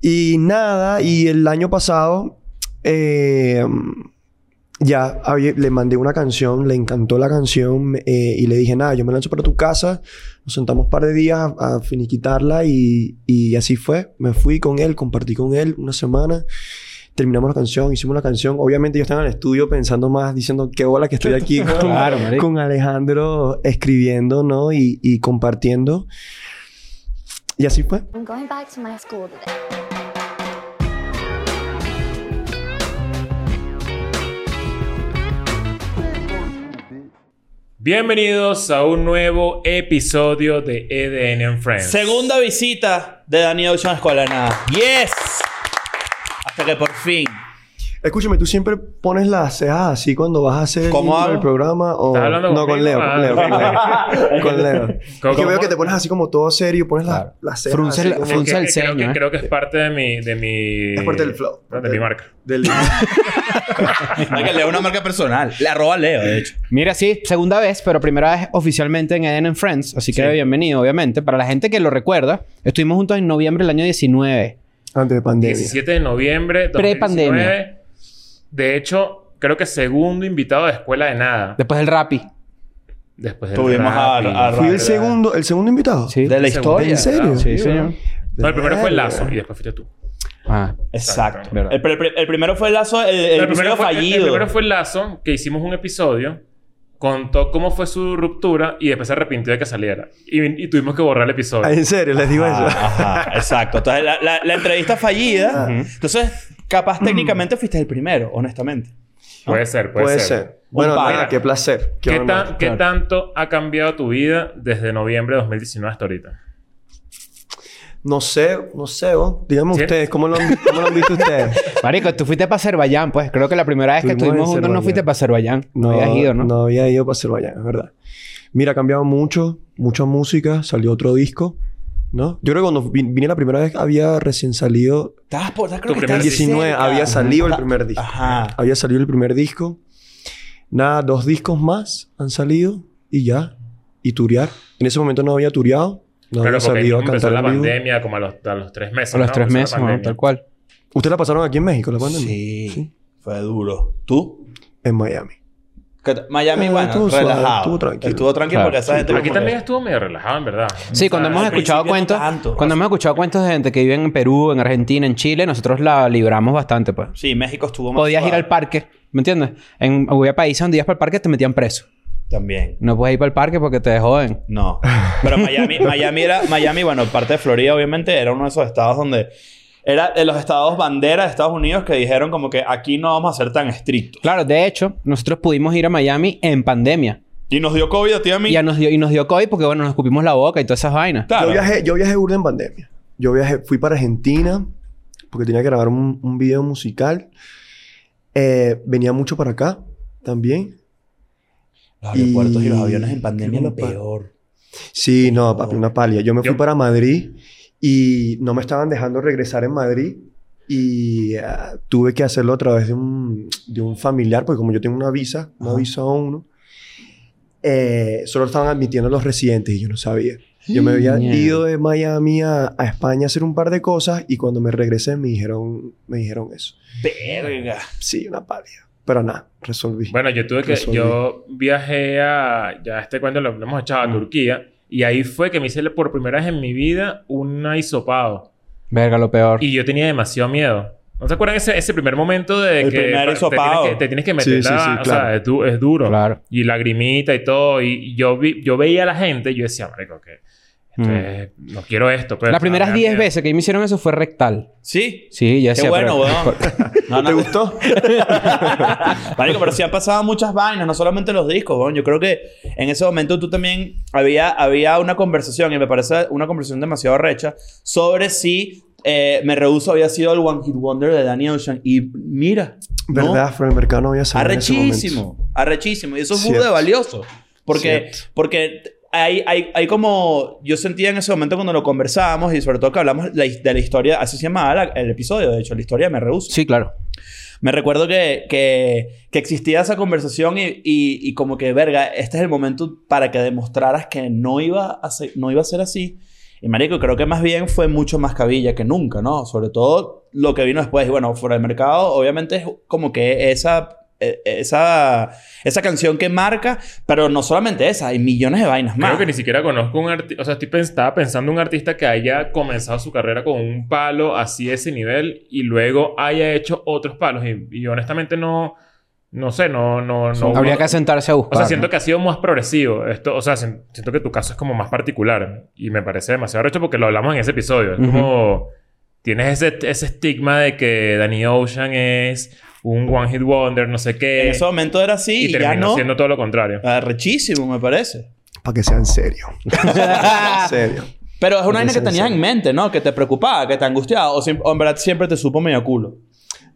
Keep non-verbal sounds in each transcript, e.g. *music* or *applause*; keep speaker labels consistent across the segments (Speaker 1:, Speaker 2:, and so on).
Speaker 1: Y nada, y el año pasado eh, ya había- le mandé una canción, le encantó la canción eh, y le dije, nada, yo me lanzo para tu casa, nos sentamos un par de días a, a finiquitarla y, y así fue. Me fui con él, compartí con él una semana. Terminamos la canción, hicimos la canción. Obviamente yo estaba en el estudio pensando más, diciendo qué bola que estoy aquí con,
Speaker 2: Claro, marico.
Speaker 1: con Alejandro escribiendo, ¿no? Y, y compartiendo. Y así fue.
Speaker 3: I'm going back to my school today.
Speaker 4: Bienvenidos a un nuevo episodio de EDN and Friends.
Speaker 5: Segunda visita de Dani Ocean a Escuela de Nada. ¡Yes! Hasta que por fin.
Speaker 1: Escúchame, tú siempre pones las cejas así cuando vas a hacer el
Speaker 5: ¿Cómo
Speaker 1: intro
Speaker 5: hago?
Speaker 1: del programa o
Speaker 4: ¿Estás hablando
Speaker 1: no con
Speaker 4: conmigo?
Speaker 1: Leo,
Speaker 4: Ah,
Speaker 1: con Leo, con
Speaker 4: ok. *laughs*
Speaker 1: Leo. con Leo.
Speaker 4: ¿Cómo?
Speaker 1: Es que veo que te pones así como todo serio, pones las-
Speaker 2: Claro.
Speaker 1: las cejas
Speaker 2: Frunce
Speaker 1: así
Speaker 2: la-
Speaker 1: como-
Speaker 4: Es que-
Speaker 2: frunce- Usa el
Speaker 4: que creo,
Speaker 2: ceño,
Speaker 4: que,
Speaker 2: ¿eh?
Speaker 4: creo que es parte de mi... De mi
Speaker 1: Es parte del flow.
Speaker 4: No, de mi marca.
Speaker 1: del-
Speaker 5: Hay que Leo es una marca personal. La arroba Leo, de hecho.
Speaker 2: Mira, sí, segunda vez, pero primera vez oficialmente en Eden and Friends. Así que
Speaker 4: Sí.
Speaker 2: bienvenido, obviamente. Para la gente que lo recuerda, estuvimos juntos en noviembre del año 19.
Speaker 1: antes de pandemia.
Speaker 4: 17 de noviembre
Speaker 2: Prepandemia.
Speaker 4: 2019. De hecho, creo que segundo invitado de Escuela de Nada.
Speaker 2: Después del Rappi.
Speaker 4: Después del
Speaker 5: Tuvimos a,
Speaker 4: Rappi.
Speaker 5: a- a-
Speaker 1: Fui el
Speaker 5: ¿verdad?
Speaker 1: segundo, el segundo invitado.
Speaker 2: Sí.
Speaker 5: De la
Speaker 4: El segundo
Speaker 5: historia.
Speaker 1: ¿En serio?
Speaker 2: Sí, señor.
Speaker 4: No, el primero fue el Lazo y después fuiste tú.
Speaker 2: Ah.
Speaker 5: Exacto.
Speaker 2: Verdad.
Speaker 5: El, pri- el primero fue el lazo, el, el episodio
Speaker 4: primero fue, el- el
Speaker 5: fallido.
Speaker 4: primero fue el Lazo, que hicimos un episodio, contó cómo fue su ruptura y después se arrepintió de que saliera. Y, y tuvimos que borrar el episodio.
Speaker 1: Ah, En serio, les digo eso.
Speaker 5: Ajá, Ah, ajá, exacto. Entonces, la, la- la entrevista
Speaker 1: Ah,
Speaker 5: fallida. Entonces, capaz técnicamente fuiste el primero, honestamente.
Speaker 4: Puede ser, puede,
Speaker 1: Puede
Speaker 4: ser.
Speaker 1: ser. Bueno,
Speaker 5: pana.
Speaker 1: nada, qué placer. Qué
Speaker 4: ¿Qué,
Speaker 1: honor.
Speaker 4: tan- qué tanto ha cambiado tu vida desde noviembre de 2019 hasta ahorita?
Speaker 1: No sé, no sé, vos. Díganme
Speaker 4: ¿Sí?
Speaker 1: ustedes, ¿cómo lo, han, ¿cómo lo han
Speaker 4: *laughs*
Speaker 1: visto ustedes?
Speaker 2: Marico, tú fuiste para Azerbaiyán, pues. Creo que la primera vez que
Speaker 1: Estuvimos en
Speaker 2: estuvimos juntos no
Speaker 1: Azerbaiyán.
Speaker 2: fuiste para Azerbaiyán. No, habías ido, ¿no?
Speaker 1: No había ido para Azerbaiyán, es verdad. Mira, ha cambiado mucho, mucha música, salió otro disco, ¿no? Yo creo que cuando vi- vine la primera vez había recién salido,
Speaker 5: Estabas por... Creo
Speaker 4: Tu
Speaker 5: que
Speaker 4: primer
Speaker 1: el
Speaker 5: estabas
Speaker 1: 19
Speaker 5: cerca.
Speaker 1: había salido el
Speaker 4: Ah.
Speaker 1: primer disco.
Speaker 5: Ajá.
Speaker 1: Había salido el primer disco. Nada, dos discos más han salido y ya. Y turear. En ese momento no había tureado, no
Speaker 4: Claro,
Speaker 1: había
Speaker 4: porque
Speaker 1: salido a
Speaker 4: empezó
Speaker 1: cantar
Speaker 4: la
Speaker 1: en vivo.
Speaker 4: pandemia como a los, a los tres meses.
Speaker 2: A los
Speaker 4: ¿no?
Speaker 2: tres
Speaker 4: Empezó la
Speaker 2: meses, ¿no?
Speaker 4: pandemia.
Speaker 2: tal cual.
Speaker 1: ¿Ustedes la pasaron aquí en México, la pandemia?
Speaker 5: Sí. Fue duro. ¿Tú?
Speaker 1: En Miami.
Speaker 5: Que- Miami,
Speaker 1: Eh,
Speaker 5: bueno,
Speaker 1: estuvo suave,
Speaker 5: relajado.
Speaker 1: estuvo tranquilo.
Speaker 5: Estuvo tranquilo
Speaker 2: Claro.
Speaker 5: porque esa gente...
Speaker 4: Aquí
Speaker 5: como
Speaker 4: también
Speaker 5: que-
Speaker 4: estuvo medio relajado, en verdad.
Speaker 2: Sí, cuando
Speaker 5: sea,
Speaker 2: hemos
Speaker 5: al
Speaker 2: escuchado
Speaker 5: principio no
Speaker 2: cuentos,
Speaker 5: tanto.
Speaker 2: cuando hemos escuchado cuentos de gente que vive en Perú, en Argentina, en Chile, nosotros la libramos bastante, pues.
Speaker 5: Sí, México estuvo más
Speaker 2: Podías ir
Speaker 5: suave.
Speaker 2: al parque, ¿me entiendes? En había países donde ibas para el parque te metían preso.
Speaker 5: También.
Speaker 2: No puedes ir para el parque porque te joden.
Speaker 5: No.
Speaker 1: *laughs*
Speaker 5: Pero Miami, Miami era... Miami, bueno, parte de Florida, obviamente, era uno de esos estados donde... Era de los estados bandera de Estados Unidos que dijeron como que aquí no vamos a ser tan estrictos.
Speaker 2: Claro, de hecho, nosotros pudimos ir a Miami en pandemia.
Speaker 5: Y nos dio COVID a ti y a mí.
Speaker 2: Y, ya nos dio, y nos dio COVID porque, bueno, nos escupimos la boca y todas esas vainas.
Speaker 5: Claro.
Speaker 1: Yo viajé, yo viajé burda en pandemia. Yo viajé, fui para Argentina porque tenía que grabar un, un video musical. Eh, venía mucho para acá también.
Speaker 5: Los aeropuertos y,
Speaker 1: Y-
Speaker 5: los aviones en pandemia
Speaker 1: y
Speaker 5: lo
Speaker 1: un pa-
Speaker 5: peor.
Speaker 1: Sí, no, papi, una palia. Yo me fui
Speaker 4: Yo-
Speaker 1: para Madrid y no me estaban dejando regresar en Madrid. Y eh, tuve que hacerlo a través de un, de un familiar, porque como yo tengo una visa, una
Speaker 5: Ajá.
Speaker 1: visa A1, eh, solo estaban admitiendo a los residentes y yo no sabía. Yo me había
Speaker 2: Mierda.
Speaker 1: ido de Miami a, a España a hacer un par de cosas y cuando me regresé me dijeron, me dijeron eso.
Speaker 5: Verga.
Speaker 1: Sí, una palia. Pero nada, resolví.
Speaker 4: Bueno, yo tuve que...
Speaker 1: Resolví.
Speaker 4: Yo viajé a... Ya este cuento lo hemos echado a
Speaker 2: Mm.
Speaker 4: Turquía. Y ahí fue que me hice por primera vez en mi vida un hisopado.
Speaker 2: Verga, lo peor.
Speaker 4: Y yo tenía demasiado miedo. ¿No se acuerdan ese, ese primer momento de
Speaker 5: El
Speaker 4: que
Speaker 5: primer
Speaker 4: te tienes
Speaker 5: hisopado.
Speaker 4: que, te tienes que
Speaker 1: Sí,
Speaker 4: meter
Speaker 1: sí,
Speaker 4: la-
Speaker 1: sí,
Speaker 4: O
Speaker 1: claro.
Speaker 4: sea, es, du- es duro.
Speaker 2: Claro.
Speaker 4: Y lagrimita y todo. Y y yo, vi, yo veía a la gente y yo decía, marico, que... esto
Speaker 2: Mm.
Speaker 4: es- no quiero esto. Pero
Speaker 2: Las
Speaker 4: me da
Speaker 2: primeras 10
Speaker 4: miedo".
Speaker 2: veces que me hicieron eso fue rectal.
Speaker 5: Sí.
Speaker 2: Sí, ya
Speaker 5: Qué
Speaker 2: decía,
Speaker 5: bueno,
Speaker 2: pero-
Speaker 5: weón. *laughs* No,
Speaker 1: ¿Te
Speaker 5: no,
Speaker 1: gustó?
Speaker 5: Marico, pero sí han pasado muchas vainas, no solamente los discos, weón. Yo creo que en ese momento tú también había, había una conversación, y me parece una conversación demasiado recha, sobre si eh, Me Rehuso había sido el One Hit Wonder de Danny Ocean. Y mira, ¿no?
Speaker 1: ¿Verdad? Fue el mercado no había salido en ese momento.
Speaker 5: Arrechísimo, arrechísimo. Y eso es
Speaker 1: Cierto.
Speaker 5: burda de valioso. Porque,
Speaker 1: Cierto.
Speaker 5: porque hay, hay, hay como. Yo sentía en ese momento cuando lo conversábamos y sobre todo que hablamos la his- de la historia. Así se llamaba la- el episodio, de hecho, la historia de Me Rehuso.
Speaker 2: Sí, claro.
Speaker 5: Me recuerdo que, que, que existía esa conversación y, y, y como que, verga, este es el momento para que demostraras que no iba a ser, no iba a ser así. Y marico, creo que más bien fue mucho más cabilla que nunca, ¿no? Sobre todo lo que vino después. Y bueno, fuera del mercado, obviamente es como que esa... eh, Esa, esa canción que marca, pero no solamente esa, hay millones de vainas más.
Speaker 4: Creo que ni siquiera conozco un artista. O sea, estoy pens- estaba pensando un artista que haya comenzado su carrera con un palo así de ese nivel y luego haya hecho otros palos. Y, y honestamente no. No sé, no. no, no
Speaker 2: Habría
Speaker 4: no-
Speaker 2: que sentarse a buscar.
Speaker 4: O sea, siento
Speaker 2: ¿no?
Speaker 4: que ha sido más progresivo. Esto, o sea, sien- siento que tu caso es como más particular. Y me parece demasiado recho porque lo hablamos en ese episodio. Es
Speaker 2: Ujú.
Speaker 4: como... Tienes ese, ese estigma de que Danny Ocean es un one hit wonder, no sé qué.
Speaker 5: en ese momento era así
Speaker 4: y
Speaker 5: y, ya
Speaker 4: terminó
Speaker 5: no.
Speaker 4: siendo todo lo contrario.
Speaker 5: Arrechísimo, me parece.
Speaker 1: Para que sea en serio. En serio.
Speaker 5: Pero es una vaina
Speaker 1: Porque
Speaker 5: que
Speaker 1: se
Speaker 5: tenías en
Speaker 1: desea.
Speaker 5: mente, ¿no? Que te preocupaba, que te angustiaba. O, siem- o en verdad siempre te supo medio culo.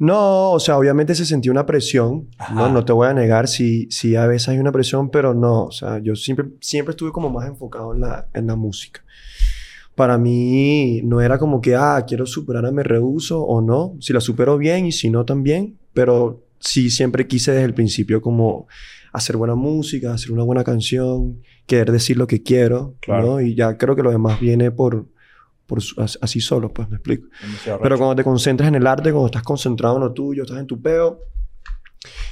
Speaker 1: No, o sea, obviamente se sentía una presión. No, no te voy a negar si, si a veces hay una presión, pero no. O sea, yo siempre, siempre estuve como más enfocado en la, en la música. Para mí no era como que, ah, quiero superar a Me Rehuso o no. Si la supero bien y si no también. Pero sí siempre quise desde el principio como hacer buena música, hacer una buena canción, querer decir lo que quiero.
Speaker 5: Claro.
Speaker 1: ¿no? Y ya creo que lo demás viene por, por su- as- así solo, pues me explico.
Speaker 5: Demasiado
Speaker 1: Pero
Speaker 5: arrecho.
Speaker 1: cuando te concentras en el arte, cuando estás concentrado en lo tuyo, estás en tu peo,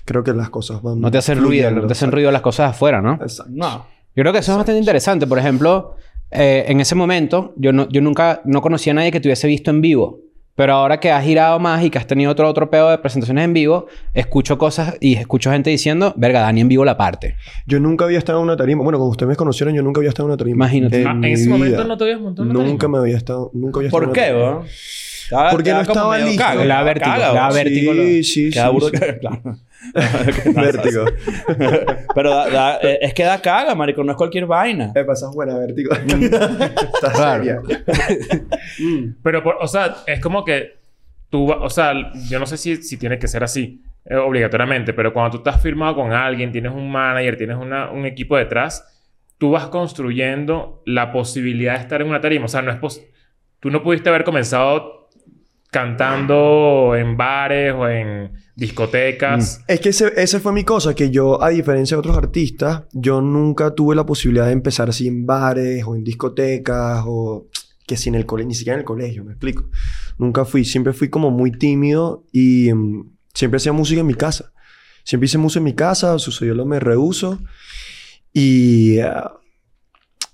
Speaker 1: creo que las cosas van.
Speaker 2: No te hacen ruido,
Speaker 1: fluyendo.
Speaker 2: no te hacen ruido las cosas afuera, ¿no?
Speaker 1: Exacto.
Speaker 5: No.
Speaker 2: Yo creo que eso es bastante interesante. Por ejemplo, eh, en ese momento yo, no, yo nunca no conocía a nadie que te hubiese visto en vivo. Pero ahora que has girado más y que has tenido otro otro pedo de presentaciones en vivo, escucho cosas y escucho gente diciendo, verga, Dani en vivo la parte.
Speaker 1: Yo nunca había estado en una tarima. Bueno, cuando ustedes me conocieron, yo nunca había estado en una tarima.
Speaker 2: Imagínate.
Speaker 4: Ah, en
Speaker 1: mi
Speaker 4: ese momento
Speaker 1: vida.
Speaker 4: no te habías montado en una
Speaker 1: Nunca
Speaker 4: tarima.
Speaker 1: me había estado. Nunca había
Speaker 5: ¿Por
Speaker 1: estado en
Speaker 5: qué,
Speaker 1: una tarima. Ah,
Speaker 5: bro? Estaba-
Speaker 1: Porque no
Speaker 5: estaba
Speaker 1: estaba
Speaker 5: como medio
Speaker 1: listo.
Speaker 5: caga,
Speaker 2: La vértigo,
Speaker 5: caga,
Speaker 2: la
Speaker 5: bro.
Speaker 2: ver- Vértigo, lo-
Speaker 1: Sí, sí, sí.
Speaker 5: Queda burda
Speaker 1: sí. *laughs*
Speaker 5: caga, claro.
Speaker 2: *laughs*
Speaker 1: Vértigo.
Speaker 5: *laughs* Pero da- da- eh, es que da caga, marico. No es cualquier vaina.
Speaker 1: Me pasas buena, vértigo. *laughs* Estás
Speaker 2: Claro.
Speaker 1: seria.
Speaker 4: Pero, por- o sea, es como que tú, va- o sea, yo no sé si, si tiene que ser así eh, obligatoriamente, pero cuando tú estás firmado con alguien, tienes un manager, tienes una- un equipo detrás, tú vas construyendo la posibilidad de estar en una tarima. O sea, no es pos- tú no pudiste haber comenzado cantando en bares o en discotecas.
Speaker 1: Es que ese- esa fue mi cosa, que yo, a diferencia de otros artistas, yo nunca tuve la posibilidad de empezar así en bares o en discotecas o que sin el colegio, ni siquiera en el colegio, me explico. Nunca fui, siempre fui como muy tímido y mm, siempre hacía música en mi casa. Siempre hice música en mi casa, sucedió lo me rehuso y... ah,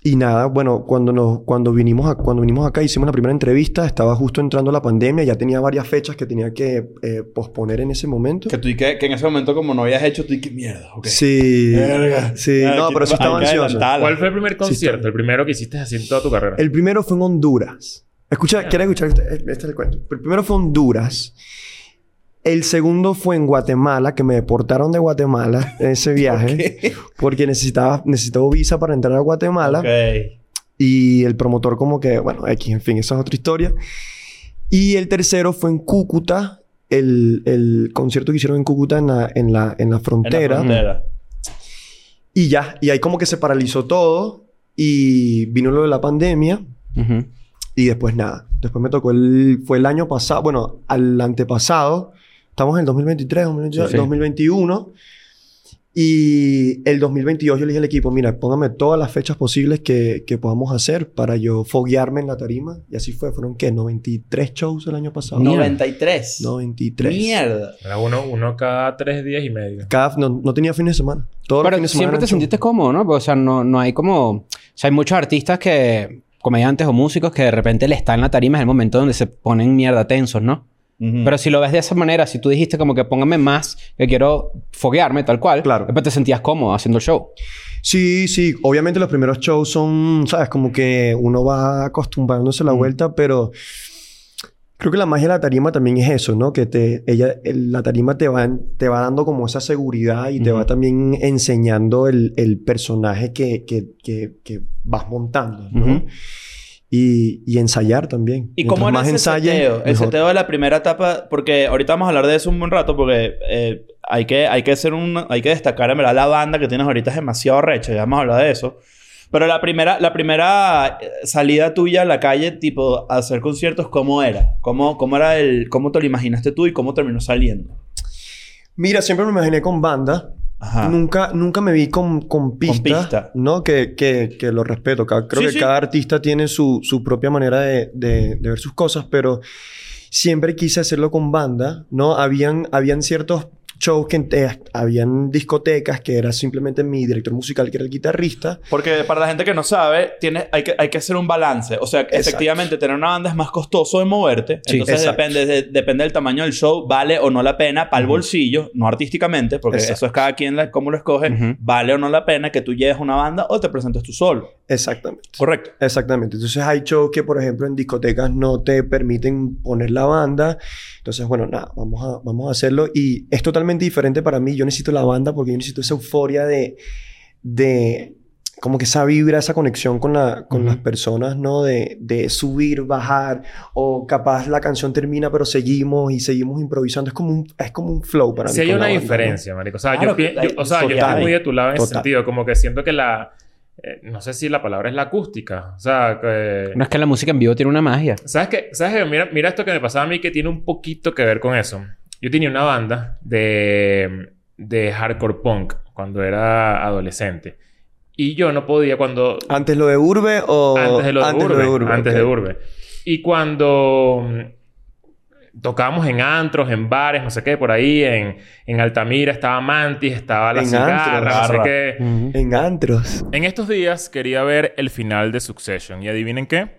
Speaker 1: y nada, bueno, cuando, nos, cuando, vinimos a- cuando vinimos acá, hicimos la primera entrevista, estaba justo entrando la pandemia, ya tenía varias fechas que tenía que eh, posponer en ese momento.
Speaker 5: Que tú y que, que en ese momento, como no habías hecho, tú y que mierda. ok.
Speaker 1: Sí.
Speaker 5: Verga.
Speaker 1: Sí,
Speaker 5: Ah,
Speaker 1: no,
Speaker 5: que-
Speaker 1: pero sí
Speaker 5: hay
Speaker 1: estaba
Speaker 5: que
Speaker 1: ansioso.
Speaker 5: adelantarla.
Speaker 4: ¿Cuál fue el primer concierto?
Speaker 1: está.
Speaker 4: el primero que hiciste así en toda tu carrera.
Speaker 1: El primero fue en Honduras. Escucha, ¿quieres escuchar este, este es el cuento? El primero fue Honduras. El segundo fue en Guatemala, que me deportaron de Guatemala en
Speaker 5: *laughs*
Speaker 1: ese viaje, porque necesitaba, necesitaba visa para entrar a Guatemala.
Speaker 5: Ok.
Speaker 1: Y el promotor como que, bueno, X, en fin, esa es otra historia. Y el tercero fue en Cúcuta, el, el concierto que hicieron en Cúcuta en la, en la, en la
Speaker 5: En la
Speaker 1: frontera.
Speaker 5: frontera.
Speaker 1: Y ya, y ahí como que se paralizó todo y vino lo de la pandemia
Speaker 2: Ujú.
Speaker 1: y después nada. Después me tocó el... Fue el año pasado, bueno, al antepasado, estamos en el 2023, 2022,
Speaker 2: Sí, sí.
Speaker 1: 2021. Y el 2022 yo le dije al equipo, mira, póngame todas las fechas posibles que, que podamos hacer para yo foguearme en la tarima. Y así fue, fueron ¿qué? 93 shows el año pasado.
Speaker 2: Mierda.
Speaker 5: 93.
Speaker 1: 93.
Speaker 5: Mierda.
Speaker 4: Era uno, uno cada tres días y medio.
Speaker 1: Cada- no, no tenía fines de semana. Todos los
Speaker 2: Pero
Speaker 1: fines de semana
Speaker 2: siempre
Speaker 1: eran
Speaker 2: te
Speaker 1: shows.
Speaker 2: sentiste cómodo, ¿no? Porque, O sea, no, no hay como... O sea, hay muchos artistas que... Comediantes o músicos que de repente le están en la tarima es el momento donde se ponen mierda tensos, ¿no? Pero si lo ves de esa manera, si tú dijiste como que póngame más, que quiero foguearme tal cual,
Speaker 1: Claro.
Speaker 2: después te sentías cómodo haciendo el show.
Speaker 1: Sí, sí. Obviamente los primeros shows son, ¿sabes? Como que uno va acostumbrándose a la vuelta, pero creo que la magia de la tarima también es eso, ¿no? Que te, ella, el- la tarima te va, te va dando como esa seguridad y te va también enseñando el, el personaje que, que, que, que vas montando, ¿no?
Speaker 2: Ujú.
Speaker 1: y, y ensayar también.
Speaker 5: ¿Y
Speaker 1: Mientras
Speaker 5: cómo era
Speaker 1: más
Speaker 5: ese
Speaker 1: ensayen,
Speaker 5: seteo? El
Speaker 1: mejor.
Speaker 5: seteo de la primera etapa, porque ahorita vamos a hablar de eso un buen rato, porque eh, hay, que, hay, que hacer un, hay que destacar, en verdad, la banda que tienes ahorita es demasiado recha, ya vamos a hablar de eso. Pero la primera, la primera eh, salida tuya a la calle, tipo, a hacer conciertos, ¿cómo era? ¿Cómo, cómo, era el, ¿Cómo te lo imaginaste tú y cómo terminó saliendo?
Speaker 1: Mira, siempre me imaginé con banda.
Speaker 5: Ajá.
Speaker 1: Nunca, nunca me vi con, con pistas.
Speaker 5: Ah. pista.
Speaker 1: No, que, que, que lo respeto. Ca- Creo
Speaker 5: Sí,
Speaker 1: que
Speaker 5: sí.
Speaker 1: cada artista tiene su, su propia manera de, de- de ver sus cosas, pero siempre quise hacerlo con banda, ¿no? Habían, habían ciertos shows que eh, habían discotecas que era simplemente mi director musical que era el guitarrista
Speaker 5: Porque para la gente que no sabe, tienes, hay, que, hay que hacer un balance. O sea, efectivamente, tener una banda es más costoso de moverte.
Speaker 2: Sí,
Speaker 5: entonces
Speaker 1: exacto.
Speaker 5: depende, de- depende del tamaño del show, vale o no la pena para el bolsillo, no artísticamente, porque
Speaker 1: Exacto.
Speaker 5: eso es cada quien la- cómo lo escoge,
Speaker 2: Ujú.
Speaker 5: vale o no la pena que tú lleves una banda o te presentes tú solo.
Speaker 1: exactamente
Speaker 5: Correcto.
Speaker 1: Exactamente. Entonces hay shows que, por ejemplo, en discotecas no te permiten poner la banda. Entonces, bueno, nada, vamos a, vamos a hacerlo. Y es totalmente diferente para mí. Yo necesito la banda porque yo necesito esa euforia de... de como que esa vibra, esa conexión con, la, con las personas, ¿no? De, de subir, bajar, o capaz la canción termina, pero seguimos y seguimos improvisando. Es como un, es como un flow para mí.
Speaker 4: Sí hay
Speaker 1: con la
Speaker 4: una
Speaker 1: banda, ¿no?
Speaker 4: diferencia, marico. O sea,
Speaker 5: Claro
Speaker 4: yo, pien-
Speaker 5: que-
Speaker 4: yo- o sea, yo
Speaker 5: total.
Speaker 4: estoy muy de tu lado en ese
Speaker 1: Total.
Speaker 4: sentido. Como que siento que la... eh, no sé si la palabra es la acústica. O sea, que...
Speaker 2: No es que la música en vivo tiene una magia.
Speaker 4: ¿Sabes qué? ¿Sabes qué? Mira, mira esto que me pasaba a mí que tiene un poquito que ver con eso. Yo tenía una banda de, de hardcore punk cuando era adolescente. Y yo no podía cuando...
Speaker 1: ¿Antes lo de Urbe o...?
Speaker 4: Antes de lo de Urbe. antes
Speaker 1: ok.
Speaker 4: de Urbe. Y cuando mm, tocábamos en antros, en bares, no sé qué, por ahí, en, en Altamira estaba Mantis, estaba La
Speaker 1: En
Speaker 4: Cigarra,
Speaker 1: antros.
Speaker 4: no sé
Speaker 5: Garra.
Speaker 4: qué.
Speaker 1: En antros.
Speaker 4: En estos días quería ver el final de Succession y adivinen qué,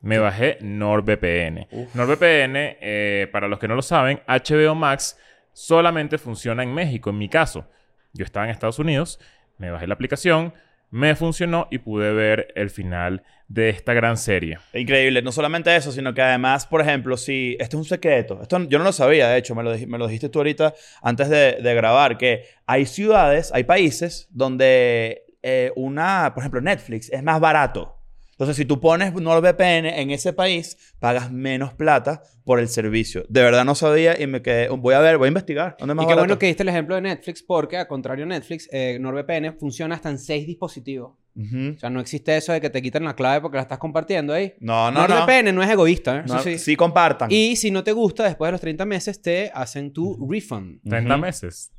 Speaker 4: me bajé NordVPN. NordVPN, eh, para los que no lo saben, HBO Max solamente funciona en México, en mi caso. Yo estaba en Estados Unidos, me bajé la aplicación, me funcionó y pude ver el final de esta gran serie.
Speaker 5: Increíble. No solamente eso, sino que además, por ejemplo, si... Esto es un secreto. Esto yo no lo sabía, de hecho. Me lo, dij- me lo dijiste tú ahorita antes de, de grabar. Que hay ciudades, hay países donde eh, una... Por ejemplo, Netflix es más barato. Entonces, si tú pones NordVPN en ese país, pagas menos plata por el servicio. De verdad no sabía y me quedé... Voy a ver, voy a investigar. ¿Dónde es más
Speaker 2: Y qué
Speaker 5: barato?
Speaker 2: bueno que diste el ejemplo de Netflix porque, a contrario de Netflix, eh, NordVPN funciona hasta en seis dispositivos.
Speaker 5: Ujú.
Speaker 2: O sea, no existe eso de que te quitan la clave porque la estás compartiendo ahí.
Speaker 5: No, no, no.
Speaker 2: NordVPN no, es egoísta, ¿eh? Eso
Speaker 5: No,
Speaker 2: sí.
Speaker 5: Sí
Speaker 4: Ah.
Speaker 5: compartan.
Speaker 2: Y si no te gusta, después de los 30 meses te hacen tu refund.
Speaker 4: 30 meses.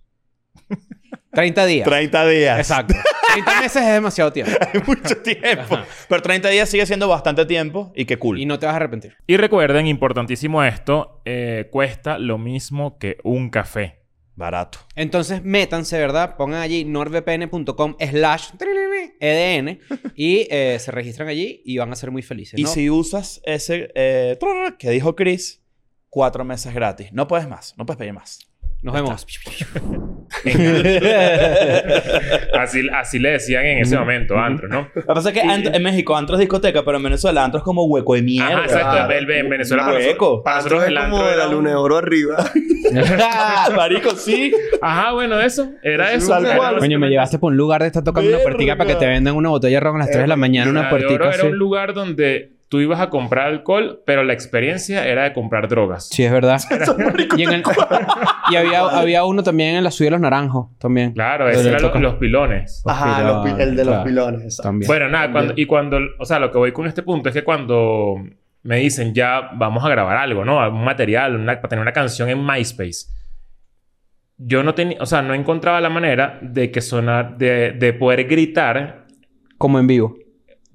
Speaker 2: 30 días.
Speaker 5: 30 días. *laughs*
Speaker 2: Exacto. 30 meses es demasiado
Speaker 4: *laughs*
Speaker 2: tiempo.
Speaker 5: mucho tiempo. Pero 30 días sigue siendo bastante tiempo y qué cool.
Speaker 2: Y no te vas a arrepentir.
Speaker 4: Y recuerden, importantísimo esto, eh, cuesta lo mismo que un café.
Speaker 5: Barato.
Speaker 2: Entonces, métanse, ¿verdad? Pongan allí nordvpn.com slash EDN y eh, se registran allí y van a ser muy felices.
Speaker 5: Y
Speaker 2: ¿no?
Speaker 5: si usas ese eh, trrr que dijo Chris, cuatro meses gratis. No puedes más, no puedes pedir
Speaker 4: *laughs*
Speaker 5: más.
Speaker 2: Nos vemos.
Speaker 4: Así, así le decían en ese momento, antros, ¿no?
Speaker 5: Lo que pasa es que ant- en México antros es discoteca, pero en Venezuela antros es como hueco de mierda.
Speaker 4: Ajá,
Speaker 5: *laughs*
Speaker 4: exacto. El- En Venezuela para nosotros,
Speaker 5: Hueco.
Speaker 4: para nosotros el
Speaker 1: es como
Speaker 4: antro
Speaker 1: de
Speaker 4: era
Speaker 1: la
Speaker 4: un-
Speaker 1: luna de oro *laughs* arriba.
Speaker 5: Ah, marico, sí.
Speaker 4: Ajá, bueno, eso. Era eso.
Speaker 5: tal
Speaker 4: Era
Speaker 5: cual.
Speaker 4: básicamente-
Speaker 2: Coño, me llevaste por un lugar de estar tocando una puertica para que te vendan una botella de ron a las 3 de la mañana,
Speaker 4: Era Eh,
Speaker 2: una
Speaker 4: de oro,
Speaker 2: puertica
Speaker 4: Era
Speaker 2: así.
Speaker 4: un lugar donde tú ibas a comprar alcohol, pero la experiencia era de comprar drogas.
Speaker 2: Sí,
Speaker 4: *laughs*
Speaker 2: es verdad. Y, en el- y había, había uno también en la ciudad de los naranjos, también.
Speaker 4: Claro,
Speaker 2: Pero
Speaker 4: esos
Speaker 2: le
Speaker 4: eran los,
Speaker 2: toca.
Speaker 4: los pilones.
Speaker 1: Ajá, los pi- el de los
Speaker 2: Claro.
Speaker 1: pilones. exacto.
Speaker 2: También.
Speaker 4: Bueno, nada,
Speaker 1: También.
Speaker 4: cuando, y cuando, o sea, lo que voy con este punto es que cuando me dicen ya vamos a grabar algo, ¿no? Un material, una- para tener una canción en MySpace. Yo no tenía, o sea, no encontraba la manera de que sonar, de, de poder gritar
Speaker 2: Como en vivo.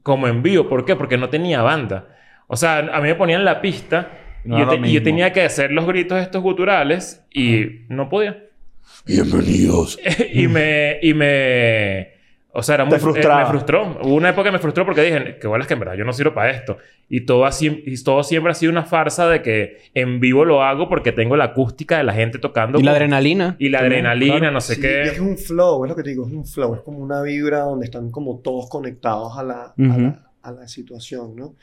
Speaker 4: como en vivo. ¿Por qué? Porque no tenía banda. O sea, a mí me ponían la pista y
Speaker 5: No
Speaker 4: yo,
Speaker 5: era
Speaker 4: te-
Speaker 5: lo
Speaker 4: y yo
Speaker 5: mismo.
Speaker 4: tenía que hacer los gritos estos guturales y no podía.
Speaker 5: Bienvenidos.
Speaker 4: *laughs* y me... Y me o sea, era muy... fru- eh,
Speaker 5: frustraba.
Speaker 4: me frustró. Hubo una época que me frustró porque dije, qué bolas que en verdad yo no sirvo para esto. Y todo, así, y todo siempre ha sido una farsa de que en vivo lo hago porque tengo la acústica de la gente tocando.
Speaker 2: Y la
Speaker 4: con-
Speaker 2: adrenalina.
Speaker 4: Y la
Speaker 2: También,
Speaker 4: adrenalina,
Speaker 2: claro.
Speaker 4: no sé
Speaker 1: Sí,
Speaker 4: qué.
Speaker 1: y Es un flow, es lo que te digo, es un flow, es como una vibra donde están como todos conectados a la, a
Speaker 2: Ujú.
Speaker 1: la, a la situación, ¿no?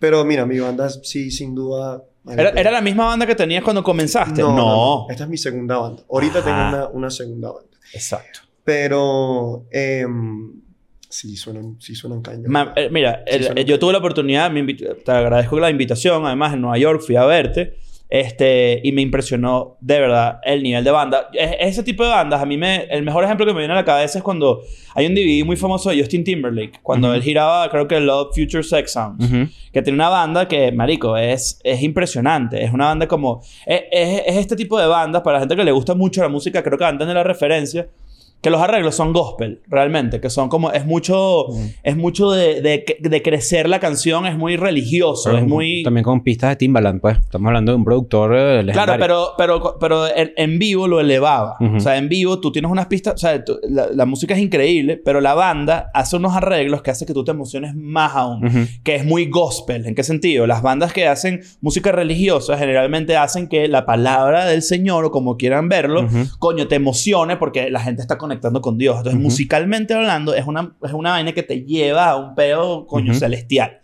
Speaker 1: Pero mira, mi banda sí, sin duda.
Speaker 5: ¿Era, era la misma banda que tenías cuando comenzaste? No.
Speaker 1: Esta es mi segunda banda. Ahorita
Speaker 5: Ajá.
Speaker 1: tengo una, una segunda banda.
Speaker 5: Exacto.
Speaker 1: Pero em, sí suenan, sí suenan caños.
Speaker 5: Ma- eh, mira,
Speaker 1: Sí,
Speaker 5: el-
Speaker 1: suena
Speaker 5: eh, yo tuve la oportunidad, me invit- te agradezco la invitación, además en Nueva York fui a verte, este, y me impresionó de verdad el nivel de banda. E- ese tipo de bandas, a mí me, el mejor ejemplo que me viene a la cabeza es cuando hay un DVD muy famoso de Justin Timberlake, cuando él giraba, creo que Love Future Sex Sounds
Speaker 2: Ujú.
Speaker 5: que tiene una banda que, marico, es, es impresionante. Es una banda como... Es, es- es este tipo de bandas, para la gente que le gusta mucho la música, creo que andan de la referencia, que los arreglos son gospel, realmente, que son como, es mucho,
Speaker 2: Mm.
Speaker 5: es mucho de, de- de crecer la canción, es muy religioso, es muy...
Speaker 2: También con pistas de Timbaland, pues. Estamos hablando de un productor eh, legendario.
Speaker 5: Claro, pero, pero, pero en, en vivo lo elevaba.
Speaker 2: Ujú.
Speaker 5: O sea, en vivo tú tienes unas pistas, o sea, tú- la, la música es increíble, pero la banda hace unos arreglos que hace que tú te emociones más aún.
Speaker 2: Ujú.
Speaker 5: Que es muy gospel. ¿En qué sentido? Las bandas que hacen música religiosa generalmente hacen que la palabra del Señor, o como quieran verlo,
Speaker 2: Ujú.
Speaker 5: coño, te emocione porque la gente está conectando con Dios. Entonces,
Speaker 2: Ujú.
Speaker 5: musicalmente hablando, es una, es una vaina que te lleva a un pedo, coño,
Speaker 2: Ujú.
Speaker 5: celestial.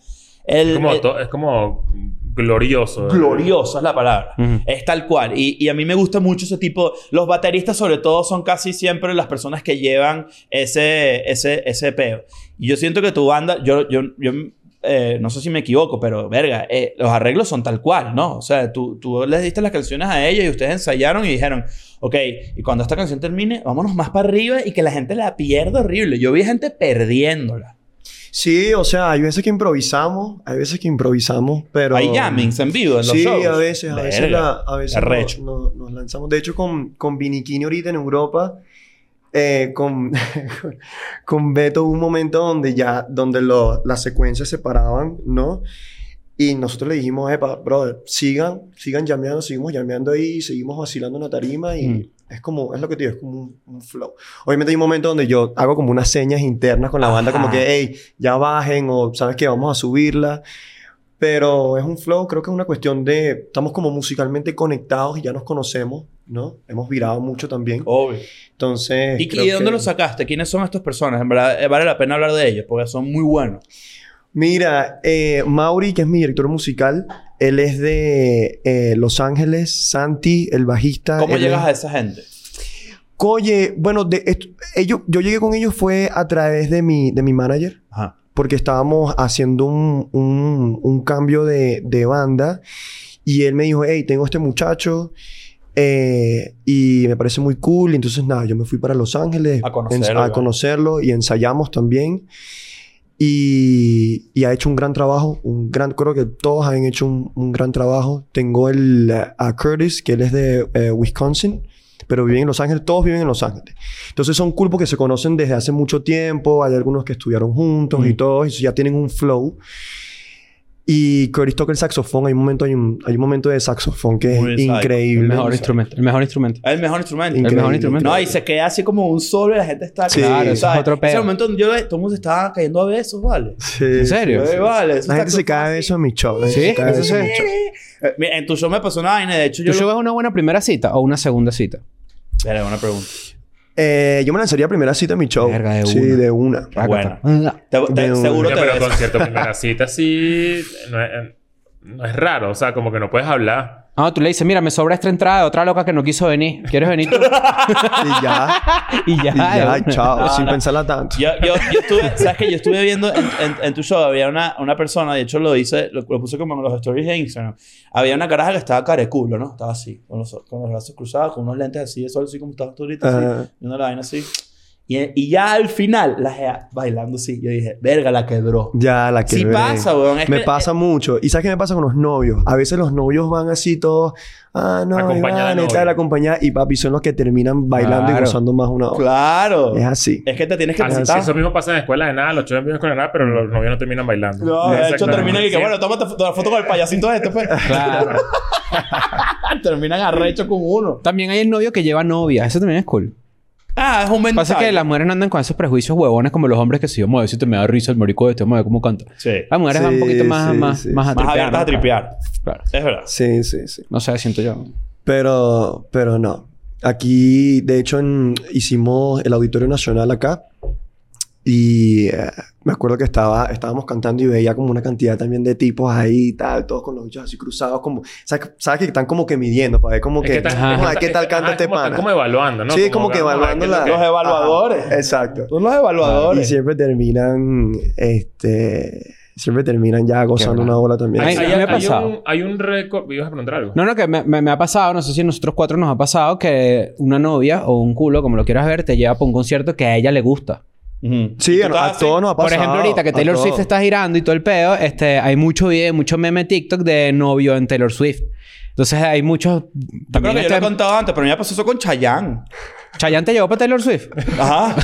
Speaker 5: El-
Speaker 4: Es como,
Speaker 5: el-
Speaker 4: to- es como glorioso. ¿eh?
Speaker 5: glorioso es la palabra.
Speaker 2: Ujú.
Speaker 5: Es tal cual. Y, y a mí me gusta mucho ese tipo. Los bateristas, sobre todo, son casi siempre las personas que llevan ese, ese, ese peo. Y yo siento que tu banda, yo, yo, yo eh, no sé si me equivoco, pero verga, eh, los arreglos son tal cual, ¿no? O sea, tú, tú les diste las canciones a ellos y ustedes ensayaron y dijeron, ok, y cuando esta canción termine, vámonos más para arriba y que la gente la pierda horrible. Yo vi gente perdiéndola.
Speaker 1: Sí, o sea, hay veces que improvisamos, hay veces que improvisamos, pero...
Speaker 5: Hay jammings en vivo, en los
Speaker 1: Sí,
Speaker 5: shows.
Speaker 1: a veces, a veces,
Speaker 5: Verga,
Speaker 1: la- a veces
Speaker 5: arrecho.
Speaker 1: no- no- nos lanzamos. De hecho, con, con Viniquini ahorita en Europa, eh, con, *laughs* con Beto hubo un momento donde ya, donde lo- las secuencias se paraban, ¿no? Y nosotros le dijimos, epa, brother, sigan, sigan llameando, seguimos llameando ahí, seguimos vacilando en la tarima y
Speaker 5: Mm.
Speaker 1: es como, es lo que te digo, es como un, un flow. Obviamente hay un momento donde yo hago como unas señas internas con la banda, como
Speaker 5: Ajá.
Speaker 1: que, hey, ya bajen o sabes que vamos a subirla. Pero es un flow, creo que es una cuestión de, estamos como musicalmente conectados y ya nos conocemos, ¿no? Hemos virado mucho también.
Speaker 5: Obvio.
Speaker 1: Entonces...
Speaker 5: Oh. ¿Y,
Speaker 1: creo
Speaker 5: y de dónde
Speaker 1: que-
Speaker 5: los sacaste? ¿Quiénes son estas personas? En verdad, eh, vale la pena hablar de ellos porque son muy buenos.
Speaker 1: Mira, eh, Mauri, que es mi director musical, él es de eh, Los Ángeles, Santi, el bajista.
Speaker 5: ¿Cómo
Speaker 1: él
Speaker 5: llegas
Speaker 1: Ah, es-
Speaker 5: a esa gente?
Speaker 1: Oye, bueno, de, est- ellos, yo llegué con ellos fue a través de mi, de mi manager,
Speaker 5: Ajá.
Speaker 1: porque estábamos haciendo un, un- un cambio de, de banda y él me dijo, hey, tengo este muchacho. eh, y me parece muy cool. Y entonces, nada, yo me fui para Los Ángeles
Speaker 5: A conocerlo,
Speaker 1: ens-
Speaker 5: claro.
Speaker 1: a conocerlo y ensayamos también. Y, y ha hecho un gran trabajo, un gran, creo que todos han hecho un, un gran trabajo. Tengo el, eh, a Curtis, que él es de eh, Wisconsin, pero viven en Los Ángeles, todos viven en Los Ángeles. Entonces son cool porque se conocen desde hace mucho tiempo, hay algunos que estudiaron juntos
Speaker 2: Mm.
Speaker 1: y todo, y ya tienen un flow. Y Curtis toca el saxofón, hay un momento, hay un, hay un momento de saxofón que
Speaker 5: Muy
Speaker 1: es
Speaker 5: psycho.
Speaker 1: increíble.
Speaker 2: El mejor instrumento. El mejor instrumento.
Speaker 5: Es el mejor instrumento.
Speaker 1: Increíble.
Speaker 2: El mejor instrumento.
Speaker 5: No, y se queda así como un solo y la gente está...
Speaker 1: Sí.
Speaker 5: Claro,
Speaker 1: Claro,
Speaker 2: eso es otro
Speaker 5: En ese
Speaker 2: pedo.
Speaker 5: momento yo eh, todo el mundo se estaba cayendo a besos, ¿vale?
Speaker 1: Sí.
Speaker 2: ¿En serio?
Speaker 5: Eh, vale, eso
Speaker 1: La gente
Speaker 5: está-
Speaker 1: se cae de eso en mi show. la gente
Speaker 2: Sí,
Speaker 1: se cae de
Speaker 2: eso
Speaker 1: eso en
Speaker 2: sí.
Speaker 1: mi show.
Speaker 5: Eh, mira, En tu show me pasó una vaina, de hecho
Speaker 2: ¿Tu
Speaker 5: yo...
Speaker 2: show es una buena primera cita o una segunda cita?
Speaker 5: Era una pregunta.
Speaker 1: Eh, yo me lanzaría a primera cita en mi show.
Speaker 2: Verga, de
Speaker 1: sí,
Speaker 2: una.
Speaker 1: de una.
Speaker 5: Bueno.
Speaker 2: Rácata.
Speaker 5: Te- te-
Speaker 1: De un-
Speaker 5: seguro
Speaker 4: Coño,
Speaker 5: te
Speaker 4: pero
Speaker 5: ves.
Speaker 4: concierto primera cita sí no es, eh, no es raro, o sea, como que no puedes hablar.
Speaker 2: Ah, tú le dices, mira, me sobra esta entrada de otra loca que no quiso venir. ¿Quieres venir tú?
Speaker 1: Y ya,
Speaker 2: y *laughs* ya. eh.
Speaker 1: y ya,
Speaker 2: de
Speaker 1: chao,
Speaker 5: Ah,
Speaker 1: sin
Speaker 5: no.
Speaker 1: pensarla tanto.
Speaker 5: Yo, yo, yo estuve, ¿sabes qué? Yo estuve viendo en, en- en tu show, había una, una persona, de hecho lo hice, lo, lo puse como en los stories de Instagram. Había una caraja que estaba careculo, ¿no? Estaba así, con los, con los brazos cruzados, con unos lentes así de sol, así como estabas tú ahorita, así,
Speaker 1: Ajá.
Speaker 5: viendo la vaina así. Y, y ya al final, la jea bailando así. Yo dije, verga, la quebró.
Speaker 1: Ya la que
Speaker 5: Sí
Speaker 1: ven.
Speaker 5: pasa, weón. es
Speaker 1: me
Speaker 5: que- eh,
Speaker 1: pasa mucho. ¿Y sabes qué me pasa con los novios? A veces los novios van así todos, ah, no,
Speaker 4: Acompaña a la
Speaker 1: Iván, y
Speaker 4: novia.
Speaker 1: tal, acompañada. Y papi, son los que terminan bailando y
Speaker 2: Claro.
Speaker 1: gozando más una hora.
Speaker 5: Claro.
Speaker 1: Es así.
Speaker 5: Es que te tienes que
Speaker 4: Así-
Speaker 5: presentar.
Speaker 4: eso mismo pasa en escuela de nada, los chicos en escuela de nada, pero los novios no terminan bailando.
Speaker 5: No, de hecho
Speaker 4: Exactamente.
Speaker 5: terminan y que,
Speaker 4: Sí.
Speaker 5: bueno, tómate fo- la foto con el payasito
Speaker 1: *laughs*
Speaker 5: este, pues.
Speaker 2: Claro.
Speaker 5: terminan arrecho con uno.
Speaker 2: También hay el novio que lleva novia. Eso también es cool.
Speaker 5: Ah, es un mental.
Speaker 2: Pasa que las mujeres no andan con esos prejuicios huevones como los hombres que si yo muevo, si te me da risa el marico este, mueve cómo canta.
Speaker 5: Sí.
Speaker 2: Las mujeres van un
Speaker 1: Sí,
Speaker 2: poquito más,
Speaker 1: sí,
Speaker 2: más,
Speaker 1: sí,
Speaker 2: más a
Speaker 5: Más
Speaker 2: tripear,
Speaker 5: abiertas
Speaker 2: ¿no?
Speaker 5: a tripear.
Speaker 2: Claro.
Speaker 5: Es verdad.
Speaker 1: Sí, sí, sí.
Speaker 2: No sé, siento yo.
Speaker 1: Pero, pero no. Aquí, de hecho, en- hicimos el Auditorio Nacional acá. Y eh, me acuerdo que estaba, estábamos cantando y veía como una cantidad también de tipos ahí y tal, todos con los bichos así cruzados, como, ¿sabes, sabes que están como que midiendo para ver como
Speaker 4: Es
Speaker 1: que,
Speaker 4: que están-
Speaker 1: vamos a ver
Speaker 4: es-
Speaker 1: qué tal
Speaker 4: es-
Speaker 1: canta
Speaker 4: ajá,
Speaker 1: este
Speaker 4: es como-
Speaker 1: pana.
Speaker 4: están como evaluando, ¿no?
Speaker 1: Sí, como que
Speaker 4: vamos a ver
Speaker 1: evaluando
Speaker 4: qué es lo
Speaker 1: la-
Speaker 4: que-
Speaker 5: Los evaluadores.
Speaker 1: Ajá, exacto.
Speaker 5: Son los
Speaker 1: Y
Speaker 5: evaluadores.
Speaker 1: siempre terminan, este, siempre terminan ya gozando
Speaker 2: bravo.
Speaker 1: una bola también.
Speaker 2: Ay,
Speaker 4: Hay,
Speaker 2: a mí
Speaker 4: hay,
Speaker 2: me ha
Speaker 4: hay
Speaker 2: pasado.
Speaker 4: un, hay un récord. ¿Ibas a preguntar algo?
Speaker 2: No, no, que me, me- me ha pasado, no sé si a nosotros cuatro nos ha pasado, que una novia o un culo, como lo quieras ver, te lleva para un concierto que a ella le gusta.
Speaker 5: Ujú.
Speaker 1: Sí,
Speaker 5: ¿Y
Speaker 1: a,
Speaker 5: tú estás
Speaker 1: a
Speaker 5: así?
Speaker 1: todos nos ha pasado.
Speaker 2: Por ejemplo, ahorita que
Speaker 1: a
Speaker 2: Taylor Swift
Speaker 1: todos.
Speaker 2: está girando y todo el peo, este, hay mucho video, mucho meme TikTok de novio en Taylor Swift. Entonces hay muchos.
Speaker 5: Yo creo
Speaker 2: También
Speaker 5: que yo lo he
Speaker 2: este-
Speaker 5: contado antes, pero a mí me pasó eso con pues Chayanne.
Speaker 2: Chayanne te llevó para Taylor Swift.
Speaker 5: *laughs*
Speaker 2: *laughs*
Speaker 5: Ajá.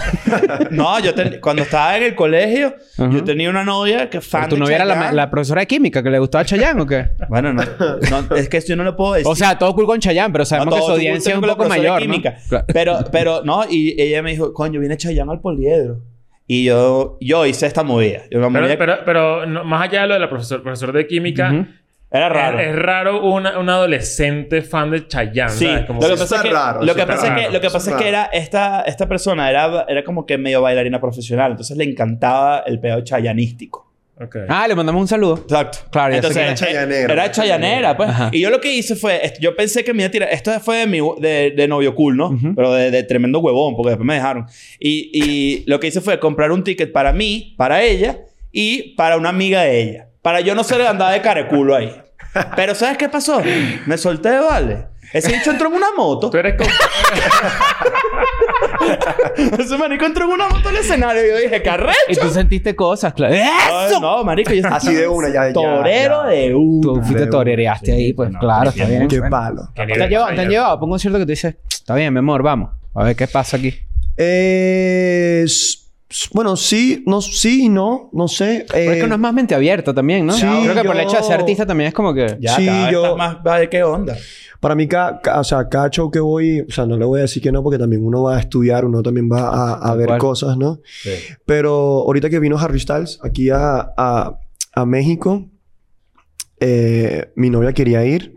Speaker 5: No, yo ten- cuando estaba en el colegio,
Speaker 2: Ajá.
Speaker 5: yo tenía una novia que fan.
Speaker 2: ¿Tu
Speaker 5: de
Speaker 2: novia era la,
Speaker 5: Chayanne.
Speaker 2: la profesora de química que le gustaba Chayanne
Speaker 5: *laughs*
Speaker 2: o qué?
Speaker 5: Bueno, no, no, Es que yo no lo puedo decir.
Speaker 2: *laughs* O sea, todo cool con Chayanne, pero sabemos
Speaker 5: No,
Speaker 2: que
Speaker 5: todo
Speaker 2: su
Speaker 5: tu
Speaker 2: audiencia
Speaker 5: gusto
Speaker 2: es un
Speaker 5: con la
Speaker 2: poco
Speaker 5: profesora de
Speaker 2: mayor, ¿no?
Speaker 5: química.
Speaker 2: Claro.
Speaker 5: *laughs* Pero, pero, no, y ella me dijo, coño, viene Chayanne al poliedro. Y yo, yo hice esta movida. Yo la
Speaker 4: Pero,
Speaker 5: movida-
Speaker 4: pero, pero no- más allá de lo de la profesor, profesor de química,
Speaker 2: Ujú.
Speaker 5: era
Speaker 4: es-
Speaker 5: raro.
Speaker 4: es, raro una, un adolescente fan de Chayanne.
Speaker 5: Sí,
Speaker 4: ¿sabes? Como
Speaker 5: lo que
Speaker 4: que-
Speaker 1: Eso
Speaker 5: pasa es
Speaker 1: está
Speaker 5: que,
Speaker 1: raro,
Speaker 5: lo
Speaker 1: eso
Speaker 5: que,
Speaker 1: está
Speaker 5: pasa es que,
Speaker 1: raro,
Speaker 5: lo que,
Speaker 1: eso
Speaker 5: pasa es
Speaker 1: está
Speaker 5: que era esta, esta persona era, era como que medio bailarina profesional, entonces le encantaba el pedo chayanístico.
Speaker 4: Ok.
Speaker 2: Ah, le mandamos un saludo.
Speaker 5: Exacto.
Speaker 2: Claro, ya sé
Speaker 5: Entonces,
Speaker 2: quién
Speaker 5: era
Speaker 2: es.
Speaker 5: chayanera.
Speaker 1: Chayanera.
Speaker 5: Era chayanera, pues.
Speaker 2: Ajá.
Speaker 5: Y yo lo que hice fue, est- yo pensé que me iba a tirar, esto fue de, mi, de, de novio cool, ¿no?
Speaker 2: Ujú.
Speaker 5: Pero de, de tremendo huevón, porque después me dejaron. Y, y *laughs* lo que hice fue comprar un ticket para mí, para ella y para una amiga de ella. Para yo no ser andada de careculo ahí. Pero ¿sabes qué pasó? Me solté de vale. Ese bicho entró en una moto.
Speaker 4: Tú eres como...
Speaker 5: Ese marico entró en una moto al escenario y yo dije,
Speaker 2: Y tú
Speaker 5: ¡carrecho!
Speaker 2: sentiste cosas, claro.
Speaker 5: Ay,
Speaker 2: ¡Eso!
Speaker 5: no, marico, yo
Speaker 1: Así de una, ya, ya,
Speaker 5: Torero
Speaker 1: ya.
Speaker 5: de una.
Speaker 2: Tú fuiste
Speaker 1: de-
Speaker 2: torereaste ahí, pues
Speaker 5: no,
Speaker 2: claro, está bien.
Speaker 1: Qué
Speaker 2: Bueno.
Speaker 1: palo.
Speaker 4: ¿Qué
Speaker 2: Te
Speaker 4: nivel
Speaker 2: han llevado, te han
Speaker 4: Chayanne?
Speaker 2: llevado. Pongo un cierto que tú dices, está bien, mi amor, vamos. A ver qué pasa aquí.
Speaker 1: Eh, s- s- bueno, sí, no, sí y no, no sé.
Speaker 2: Pero es
Speaker 1: Eh,
Speaker 2: que uno es más mente abierta también, ¿no?
Speaker 1: sí,
Speaker 2: Creo que por el
Speaker 1: yo-
Speaker 2: hecho de ser artista también es como que...
Speaker 5: Ya,
Speaker 1: Sí,
Speaker 5: cada vez
Speaker 1: yo-
Speaker 5: estás más, va de qué onda.
Speaker 1: Para mí, ca- ca- o sea, cada show que voy, o sea, no le voy a decir que no, porque también uno va a estudiar, uno también va a, a ver
Speaker 2: cual.
Speaker 1: cosas, ¿no? Pero ahorita que vino Harry Styles aquí a, a- a México, eh, mi novia quería ir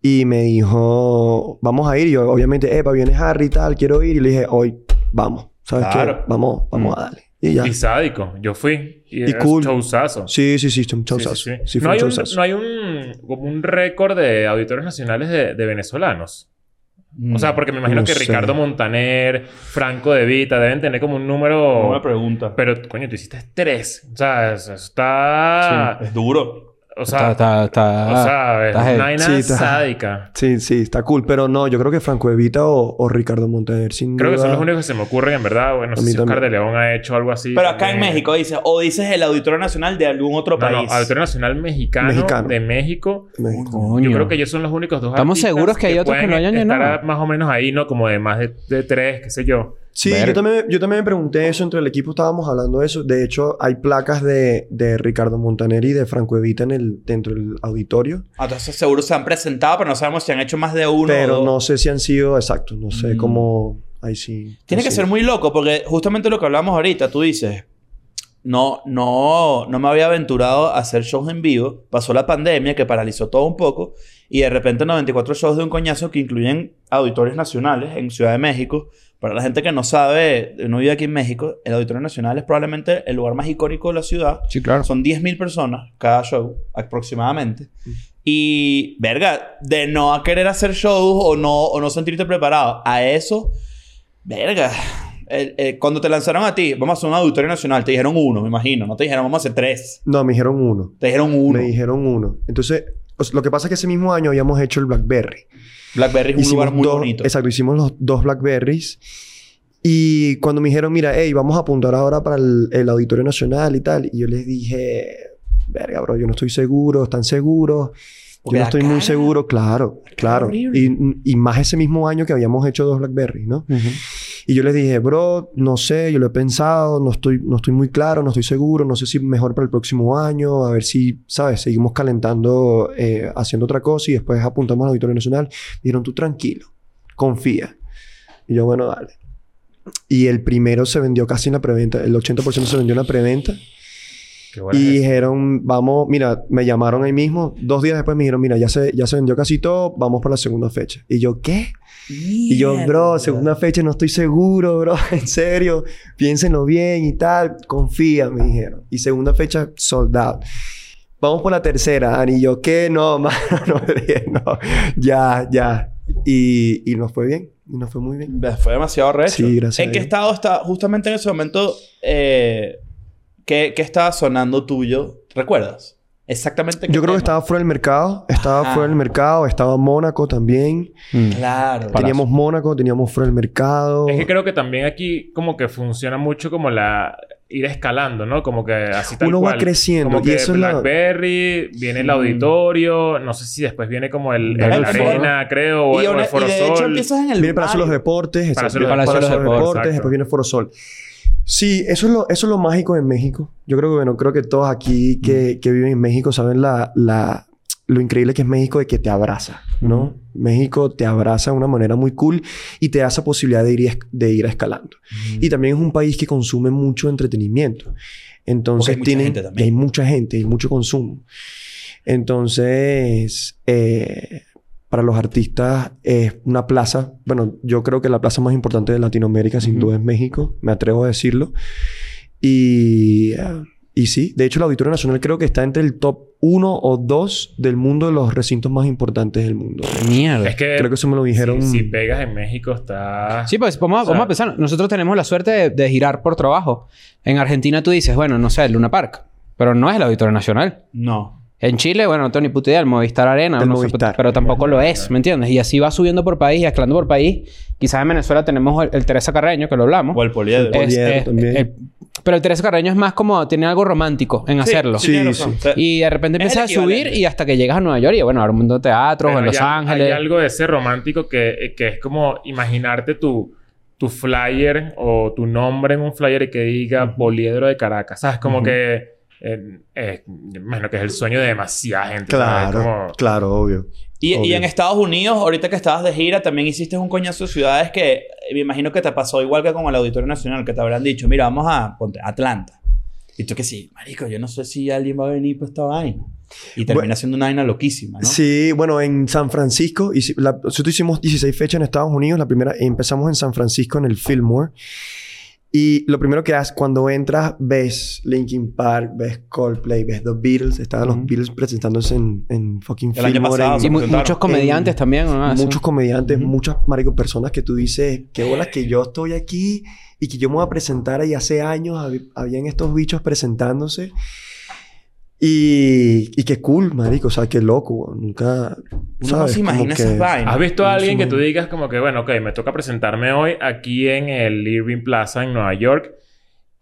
Speaker 1: y me dijo, vamos a ir. Y yo, obviamente, epa, viene Harry y tal, quiero ir. Y le dije, hoy, vamos, ¿sabes
Speaker 5: Claro.
Speaker 1: qué? Vamos, vamos a darle. Y ya.
Speaker 4: Mm. Y sádico. Yo fui. Y,
Speaker 1: Y
Speaker 4: era
Speaker 1: cool.
Speaker 4: Chauzazo.
Speaker 1: Sí, sí, sí, un chauzazo.
Speaker 4: Sí,
Speaker 1: Sí,
Speaker 4: sí, sí.
Speaker 1: fue
Speaker 4: no,
Speaker 1: un
Speaker 4: hay un,
Speaker 1: chauzazo.
Speaker 4: no hay un, como un récord de auditores nacionales de, de venezolanos. O sea, porque me imagino
Speaker 1: Mm. No
Speaker 4: que
Speaker 1: sé.
Speaker 4: Ricardo Montaner, Franco De Vita deben tener como un número.
Speaker 5: una pregunta.
Speaker 4: pero, coño, tú hiciste tres. O sea, eso está.
Speaker 5: es duro.
Speaker 4: O
Speaker 2: Mm, Está,
Speaker 4: sea,
Speaker 2: está, Ah, está-
Speaker 4: o sea, es
Speaker 2: está heavy.
Speaker 4: una vaina
Speaker 1: Sí, está-
Speaker 4: sádica.
Speaker 1: Sí, sí, está cool. Pero no, yo creo que Franco Evita o, o Ricardo Montaner, sin
Speaker 4: Creo que
Speaker 1: duda.
Speaker 4: son los únicos que se me ocurren, en verdad. Bueno, no
Speaker 1: A
Speaker 4: sé
Speaker 1: mí
Speaker 4: si Oscar de
Speaker 1: también.
Speaker 4: León ha hecho algo así.
Speaker 5: Pero acá en
Speaker 4: también.
Speaker 5: México dices, o dices el Auditorio Nacional de algún otro
Speaker 4: No, no,
Speaker 5: país.
Speaker 4: Auditorio Nacional Mexicano,
Speaker 1: Mexicano.
Speaker 4: de México.
Speaker 1: México.
Speaker 2: Coño.
Speaker 4: Yo creo que ellos son los únicos dos
Speaker 2: Estamos
Speaker 4: artistas
Speaker 2: seguros que hay otros que
Speaker 4: pueden
Speaker 2: no hayan
Speaker 4: estar
Speaker 2: llenado.
Speaker 4: a- más o menos ahí, ¿no? Como de más de, de tres, qué sé yo.
Speaker 1: Sí,
Speaker 2: Verga.
Speaker 1: yo también, yo también me pregunté eso. Entre el equipo estábamos hablando de eso. De hecho, hay placas de, de Ricardo Montaner y de Franco Evita en el, dentro del auditorio.
Speaker 5: Ah, Entonces seguro se han presentado, pero no sabemos si han hecho más de uno. o
Speaker 1: pero
Speaker 5: dos.
Speaker 1: no sé si han sido exactos. No sé
Speaker 5: Mm.
Speaker 1: cómo... Ahí Pues sí.
Speaker 5: Tiene que ser muy loco, porque justamente lo que hablamos ahorita, tú dices, no, no, no me había aventurado a hacer shows en vivo. Pasó la pandemia que paralizó todo un poco y de repente 94 shows de un coñazo que incluyen auditorios nacionales en Ciudad de México. Para la gente que no sabe, no vive aquí en México, el Auditorio Nacional es probablemente el lugar más icónico de la ciudad.
Speaker 2: Sí, claro.
Speaker 5: Son 10.000 personas cada show, aproximadamente. Y, verga, de no a querer hacer shows o no, o no sentirte preparado a eso, verga. El- el- cuando te lanzaron a ti, vamos a hacer un auditorio nacional, te dijeron uno, me imagino. No te dijeron, vamos a hacer tres.
Speaker 1: No, me dijeron uno.
Speaker 5: Te dijeron uno.
Speaker 1: Me dijeron uno. Entonces, o sea, lo que pasa es que ese mismo año habíamos hecho el Blackberry.
Speaker 5: Blackberry es un lugar muy
Speaker 1: dos,
Speaker 5: bonito.
Speaker 1: Exacto, hicimos los dos Blackberries. Y cuando me dijeron, mira, hey, vamos a apuntar ahora para el, el Auditorio Nacional y tal. Y yo les dije, verga, bro, yo no estoy seguro, están seguros.
Speaker 5: Porque
Speaker 1: yo no
Speaker 5: la
Speaker 1: estoy muy
Speaker 5: cara-
Speaker 1: seguro, claro, claro. Y, y más ese mismo año que habíamos hecho dos Blackberries, ¿no? Y yo les dije, bro, no sé, yo lo he pensado, no estoy, no estoy muy claro, no estoy seguro, no sé si mejor para el próximo año, a ver si, ¿sabes? Seguimos calentando, eh, haciendo otra cosa y después apuntamos al Auditorio Nacional. Dijeron, tú tranquilo, confía. Y yo, bueno, dale. Y el primero se vendió casi en la preventa, el 80% se vendió en la preventa.
Speaker 4: Qué bueno
Speaker 1: Y
Speaker 4: es.
Speaker 1: dijeron, vamos, mira, me llamaron ahí mismo. Dos días después me dijeron, mira, ya se, ya se vendió casi todo, vamos para la segunda fecha. Y yo, ¿qué? Y yo, bro, segunda fecha, no estoy seguro, bro, *laughs* en serio, piénsenlo bien y tal, confía, me dijeron. Y segunda fecha, sold out. Vamos por la tercera, Ani. Y yo, ¿qué? No, *laughs* mano, no, no, ya, ya. Y, y nos fue bien, y nos fue muy bien.
Speaker 5: Fue demasiado recho.
Speaker 1: Sí, gracias
Speaker 5: ¿En
Speaker 1: a
Speaker 5: qué
Speaker 1: Dios.
Speaker 5: estado está, justamente en ese momento, eh, ¿qué, qué estaba sonando tuyo? ¿Recuerdas? Exactamente. qué
Speaker 1: Yo creo que
Speaker 5: tema?
Speaker 1: estaba fuera del mercado, estaba
Speaker 5: Ajá.
Speaker 1: fuera del mercado, estaba Mónaco también.
Speaker 5: Mm. Claro.
Speaker 1: Teníamos Mónaco, teníamos fuera del mercado.
Speaker 4: Es que creo que también aquí como que funciona mucho como la... ir escalando, ¿no? Como que así tal
Speaker 1: Uno va
Speaker 4: cual.
Speaker 1: creciendo,
Speaker 4: Como
Speaker 1: y
Speaker 4: que
Speaker 1: eso es la-
Speaker 4: Blackberry, viene el auditorio, no sé si después viene como el, el
Speaker 5: El foro.
Speaker 4: Arena, creo, o,
Speaker 5: y,
Speaker 4: el- o
Speaker 5: ahora-
Speaker 4: el Foro
Speaker 5: y de hecho
Speaker 4: Sol.
Speaker 5: empiezas en el
Speaker 1: Viene Palacio de los
Speaker 5: barrio.
Speaker 1: Deportes, exacto.
Speaker 4: Palacio de los
Speaker 1: Palacio de los
Speaker 2: Deportes,
Speaker 1: Deportes,
Speaker 4: exacto.
Speaker 1: después viene Foro Sol. Sí, eso es, lo, eso es lo mágico en México. Yo creo que, bueno, creo que todos aquí
Speaker 5: Mm.
Speaker 1: que, que viven en México saben la, la, lo increíble que es México de que te abraza, ¿no?
Speaker 5: Mm.
Speaker 1: México te abraza de una manera muy cool y te da esa posibilidad de ir, y es- de ir escalando.
Speaker 5: Mm.
Speaker 1: Y también es un país que consume mucho entretenimiento. Entonces
Speaker 5: Porque hay mucha
Speaker 1: tienen-
Speaker 5: gente
Speaker 1: y
Speaker 5: también.
Speaker 1: hay mucha gente, hay mucho consumo. Entonces, eh, para los artistas es una plaza, bueno, yo creo que la plaza más importante de Latinoamérica sin
Speaker 2: Ujú.
Speaker 1: duda es México, me atrevo a decirlo. Y, eh, y sí, de hecho el Auditorio Nacional creo que está entre el top 1 o 2 del mundo de los recintos más importantes del mundo.
Speaker 2: Mierda.
Speaker 4: Es que,
Speaker 1: Creo que eso me lo dijeron.
Speaker 4: si, si pegas en México está...
Speaker 2: Sí, pues vamos a,
Speaker 4: O sea-
Speaker 2: vamos a pensar. Nosotros tenemos la suerte de, de girar por trabajo. En Argentina tú dices, bueno, no sé, el Luna Park. Pero no es el Auditorio Nacional.
Speaker 5: No.
Speaker 2: En Chile, bueno, no tengo ni puta idea. El Movistar Arena.
Speaker 1: El
Speaker 2: no sé,
Speaker 1: Movistar.
Speaker 2: pero tampoco lo es, ¿me entiendes? Y así va subiendo por país y escalando por país. Quizás en Venezuela tenemos el, el Teresa Carreño, que lo hablamos.
Speaker 5: O el poliedro.
Speaker 1: Eh, Poliedro también.
Speaker 2: el- pero el Teresa Carreño es más como... Tiene algo romántico en hacerlo.
Speaker 1: sí.
Speaker 5: tienes razón. O sea,
Speaker 2: Y de repente
Speaker 5: Es el
Speaker 2: empiezas a subir
Speaker 5: equivalente.
Speaker 2: y hasta que llegas a Nueva York y bueno, ahora un montón de teatros,
Speaker 4: Pero
Speaker 2: en Los
Speaker 4: hay-
Speaker 2: Ángeles.
Speaker 4: Hay algo de ese romántico que, que es como imaginarte tu, tu flyer o tu nombre en un flyer y que diga Poliedro de Caracas. ¿Sabes? Como que. eh, eh, me imagino que es el sueño de demasiada gente. ¿sabes?
Speaker 1: Claro,
Speaker 4: Como-
Speaker 1: claro, obvio.
Speaker 5: Y, y
Speaker 1: Obvio.
Speaker 5: en Estados Unidos, ahorita que estabas de gira, también hiciste un coñazo de ciudades que eh, me imagino que te pasó igual que con el Auditorio Nacional, que te habrán dicho, mira, vamos a ponte, Atlanta. Y tú que sí, marico, yo no sé si alguien va a venir para esta vaina. Y termina
Speaker 1: Bueno.
Speaker 5: siendo una vaina loquísima, ¿no?
Speaker 1: Sí, bueno, en San Francisco, hici- la- nosotros hicimos 16 fechas en Estados Unidos, la primera empezamos en San Francisco en el Fillmore. Y lo primero que haces cuando entras, ves Linkin Park, ves Coldplay, ves The Beatles. Estaban los
Speaker 2: Ujú.
Speaker 1: Beatles presentándose en, en fucking
Speaker 5: El año
Speaker 1: Fillmore.
Speaker 5: pasado,
Speaker 1: en-
Speaker 5: se
Speaker 2: y mu-
Speaker 5: presentaron.
Speaker 2: muchos comediantes
Speaker 1: en-
Speaker 2: también.
Speaker 5: Ah,
Speaker 2: ¿no?
Speaker 1: Mm. muchos comediantes,
Speaker 2: Ujú.
Speaker 1: muchas marico, personas que tú dices, qué bolas que yo estoy aquí y que yo me voy a presentar y hace años hab- habían estos bichos presentándose. Y, y qué cool, marico, o sea, qué loco, weón. nunca.
Speaker 5: Uno no se imagina esas vainas.
Speaker 4: ¿Has visto a alguien que tú
Speaker 1: Buenísimo.
Speaker 4: digas como que, bueno, ok, me toca presentarme hoy aquí en el Irving Plaza en Nueva York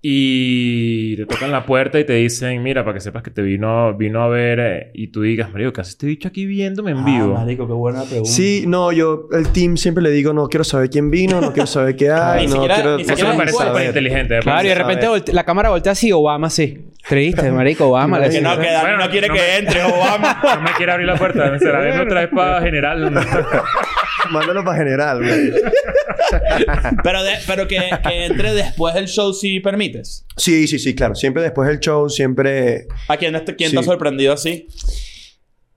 Speaker 4: y te tocan la puerta y te dicen, mira, para que sepas que te vino, vino a ver eh, y tú digas, marico, ¿qué hace este bicho aquí viéndome en
Speaker 5: Ah,
Speaker 4: vivo?
Speaker 5: marico, qué buena pregunta.
Speaker 1: Sí, no, yo el team siempre le digo, no quiero saber quién vino, no quiero saber
Speaker 5: *laughs*
Speaker 1: qué hay,
Speaker 5: Ni
Speaker 1: no
Speaker 5: siquiera-
Speaker 1: quiero.
Speaker 5: ni
Speaker 1: no
Speaker 4: Eso
Speaker 5: siquiera
Speaker 4: me
Speaker 1: quiero
Speaker 4: parece
Speaker 5: Saber.
Speaker 1: saber".
Speaker 4: súper inteligente. me
Speaker 2: Claro, y de
Speaker 4: parece.
Speaker 2: repente volte- la cámara voltea así, Obama sí. Triste, marico, Obama. la-
Speaker 5: Que no, que Dani
Speaker 4: Bueno,
Speaker 5: no quiere
Speaker 4: no
Speaker 5: que
Speaker 4: me-
Speaker 5: entre, Obama.
Speaker 4: *laughs* No me quiere abrir la puerta. Será que no trae espada general.
Speaker 1: Mándalo para general, güey.
Speaker 5: pero de- pero que, que entre después del show si permites.
Speaker 1: Sí, sí, sí, claro. Siempre después del show, siempre.
Speaker 5: ¿A quién, te- quién te ha
Speaker 1: Sí.
Speaker 5: sorprendido así?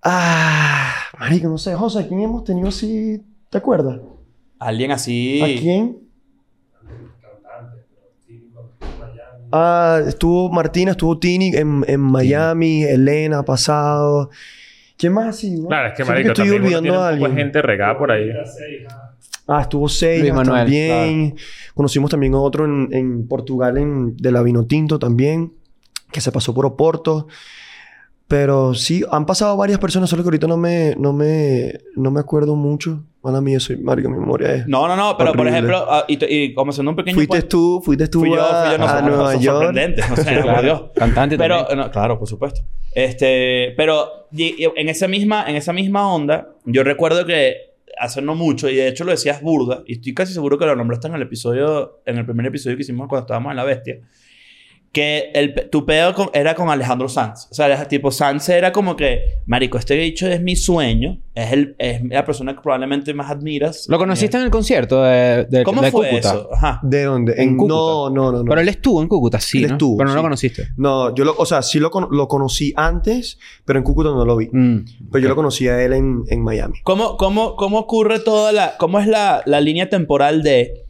Speaker 1: Ah, marico, no sé, José, ¿quién hemos tenido así? ¿Te acuerdas?
Speaker 5: Alguien así.
Speaker 1: ¿A quién? Ah, estuvo Martina, estuvo Tini en, en Miami, Elena ha pasado. ¿Quién más así, güey?
Speaker 4: Claro, es que
Speaker 1: Siento
Speaker 4: marico,
Speaker 1: estoy
Speaker 4: también uno
Speaker 1: olvidando
Speaker 4: tiene
Speaker 1: a
Speaker 4: un poco de
Speaker 1: alguien.
Speaker 4: gente regada por ahí.
Speaker 1: Ah, estuvo seis
Speaker 2: Luis Manuel,
Speaker 1: también. Conocimos también a otro en, en Portugal en, de la Vinotinto también, que se pasó por Oporto. Pero sí, han pasado varias personas, solo que ahorita no me, no me, no me acuerdo mucho. Mala mía, soy marico, mi memoria es.
Speaker 5: No, no, no, pero por
Speaker 1: Horrible.
Speaker 5: ejemplo, ah, y, t- y como siendo un pequeño.
Speaker 1: Fuiste
Speaker 5: puente-
Speaker 1: tú, fuiste tú
Speaker 5: Fui yo,
Speaker 1: a,
Speaker 5: fui yo, no
Speaker 1: a
Speaker 5: sé, no,
Speaker 1: Nueva
Speaker 5: son
Speaker 1: York.
Speaker 5: sorprendentes, no
Speaker 1: *laughs*
Speaker 5: sé, por Dios.
Speaker 2: Claro, cantante
Speaker 5: Pero,
Speaker 2: también.
Speaker 5: no, claro, por supuesto. Este, pero y- y en esa, misma, en esa misma onda, yo recuerdo que hace no mucho, y de hecho lo decías burda, y estoy casi seguro que lo nombraste en el episodio, en el primer episodio que hicimos cuando estábamos en La Bestia, que el, pe- tu pedo con- era con Alejandro Sanz. O sea, era tipo Sanz era como que, marico, este bicho es mi sueño, es, el, es la persona que probablemente más admiras. Eh,
Speaker 2: Lo conociste en el concierto de, de,
Speaker 5: ¿Cómo
Speaker 2: de
Speaker 5: fue
Speaker 2: Cúcuta.
Speaker 5: eso? Ajá.
Speaker 1: ¿De dónde?
Speaker 2: En
Speaker 1: En-
Speaker 2: Cúcuta.
Speaker 1: no, no, no, no.
Speaker 2: Pero él estuvo en Cúcuta, sí.
Speaker 1: Él
Speaker 2: ¿no?
Speaker 1: estuvo,
Speaker 2: Pero no lo
Speaker 1: sí.
Speaker 2: conociste.
Speaker 1: No, yo lo, o sea, sí lo, con- lo conocí antes, pero en Cúcuta no lo vi.
Speaker 2: Mm.
Speaker 1: Pero yo lo conocí a él en, en Miami.
Speaker 5: ¿Cómo, cómo, cómo ocurre toda la... ¿Cómo es la, la línea temporal de...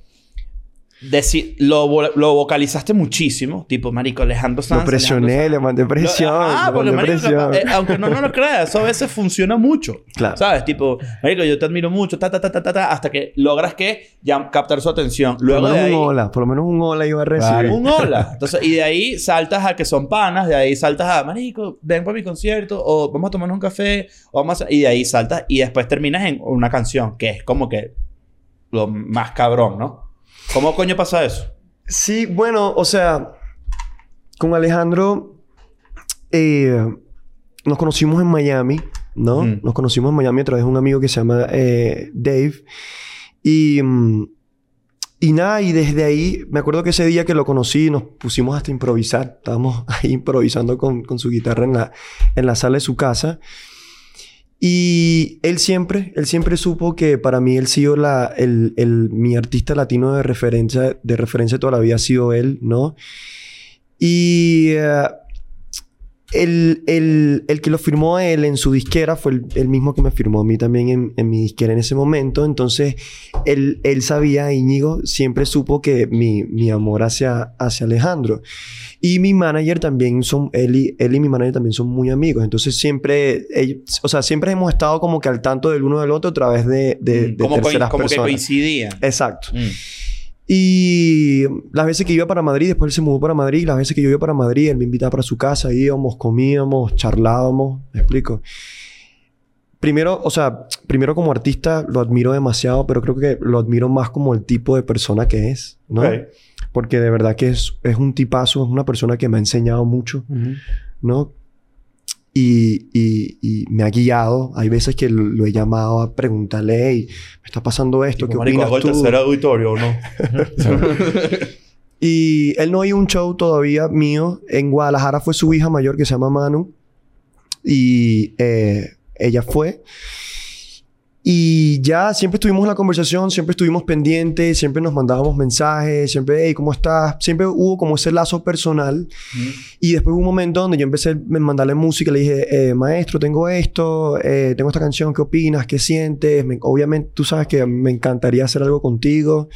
Speaker 5: de si- lo, vo- lo vocalizaste muchísimo. Tipo, marico, Alejandro Sanz.
Speaker 1: lo presioné, le mandé presión.
Speaker 5: Ah,
Speaker 1: le
Speaker 5: porque
Speaker 1: mandé
Speaker 5: marico,
Speaker 1: presión.
Speaker 5: capaz- eh, aunque no, no lo creas, eso a veces funciona mucho.
Speaker 1: Claro.
Speaker 5: ¿Sabes? Tipo, marico, yo te admiro mucho, ta, ta, ta, ta, ta, ta, hasta que logras que ya captar su atención. Luego
Speaker 1: por lo
Speaker 5: de
Speaker 1: menos
Speaker 5: ahí,
Speaker 1: un hola, por lo menos un hola iba a recibir.
Speaker 5: un hola. Entonces, y de ahí saltas a que son panas, de ahí saltas a, marico, ven para mi concierto, o vamos a tomarnos un café, o vamos a... Y de ahí saltas y después terminas en una canción, que es como que lo más cabrón, ¿no? ¿Cómo coño pasa eso?
Speaker 1: Sí, bueno, o sea, Con Alejandro eh, nos conocimos en Miami, ¿no?
Speaker 5: Mm.
Speaker 1: Nos conocimos en Miami a través de un amigo que se llama eh, Dave. Y, mm, y nada, y desde ahí, me acuerdo que ese día que lo conocí, nos pusimos hasta improvisar. Estábamos *laughs* ahí improvisando con, con su guitarra en la, en la sala de su casa. Y él siempre, él siempre supo que para mí él sido la, el, el- mi artista latino de referencia, de referencia toda la vida ha sido él, ¿no? Y eh, el, el- el que lo firmó a él en su disquera fue el, el mismo que me firmó a mí también en, en mi disquera en ese momento. Entonces, él, él sabía, Íñigo, siempre supo que mi, mi amor hacia, hacia Alejandro. Y mi manager también son, él y, él y mi manager también son muy amigos. Entonces, siempre, ellos- o sea, siempre hemos estado como que al tanto del uno del otro a través de, de, de
Speaker 5: como coi-
Speaker 1: terceras
Speaker 5: como que
Speaker 1: personas.
Speaker 5: coincidía.
Speaker 1: Exacto.
Speaker 5: Mm.
Speaker 1: Y las veces que iba para Madrid, después él se mudó para Madrid, las veces que yo iba para Madrid, él me invitaba para su casa, íbamos, comíamos, charlábamos, ¿me explico? Primero, o sea, primero como artista lo admiro demasiado, pero creo que lo admiro más como el tipo de persona que es, ¿no?
Speaker 5: Ok.
Speaker 1: Porque de verdad que es, es un tipazo, es una persona que me ha enseñado mucho, ¿no? Y, y- y me ha guiado. Hay veces que lo, lo he llamado a preguntarle, hey, me está pasando esto, ¿qué
Speaker 5: Marico,
Speaker 1: opinas
Speaker 5: hago el
Speaker 1: tú?
Speaker 5: tercer auditorio o no?
Speaker 1: Y él no hay un show todavía mío. En Guadalajara fue su hija mayor que se llama Manu. Y eh, ella fue. Y ya siempre estuvimos en la conversación, siempre estuvimos pendientes, siempre nos mandábamos mensajes, siempre, hey, ¿cómo estás? Siempre hubo como ese lazo personal. Y después hubo un momento donde yo empecé a mandarle música, le dije, eh, maestro, tengo esto, eh, tengo esta canción, ¿qué opinas? ¿Qué sientes? Me- obviamente tú sabes que me encantaría hacer algo contigo.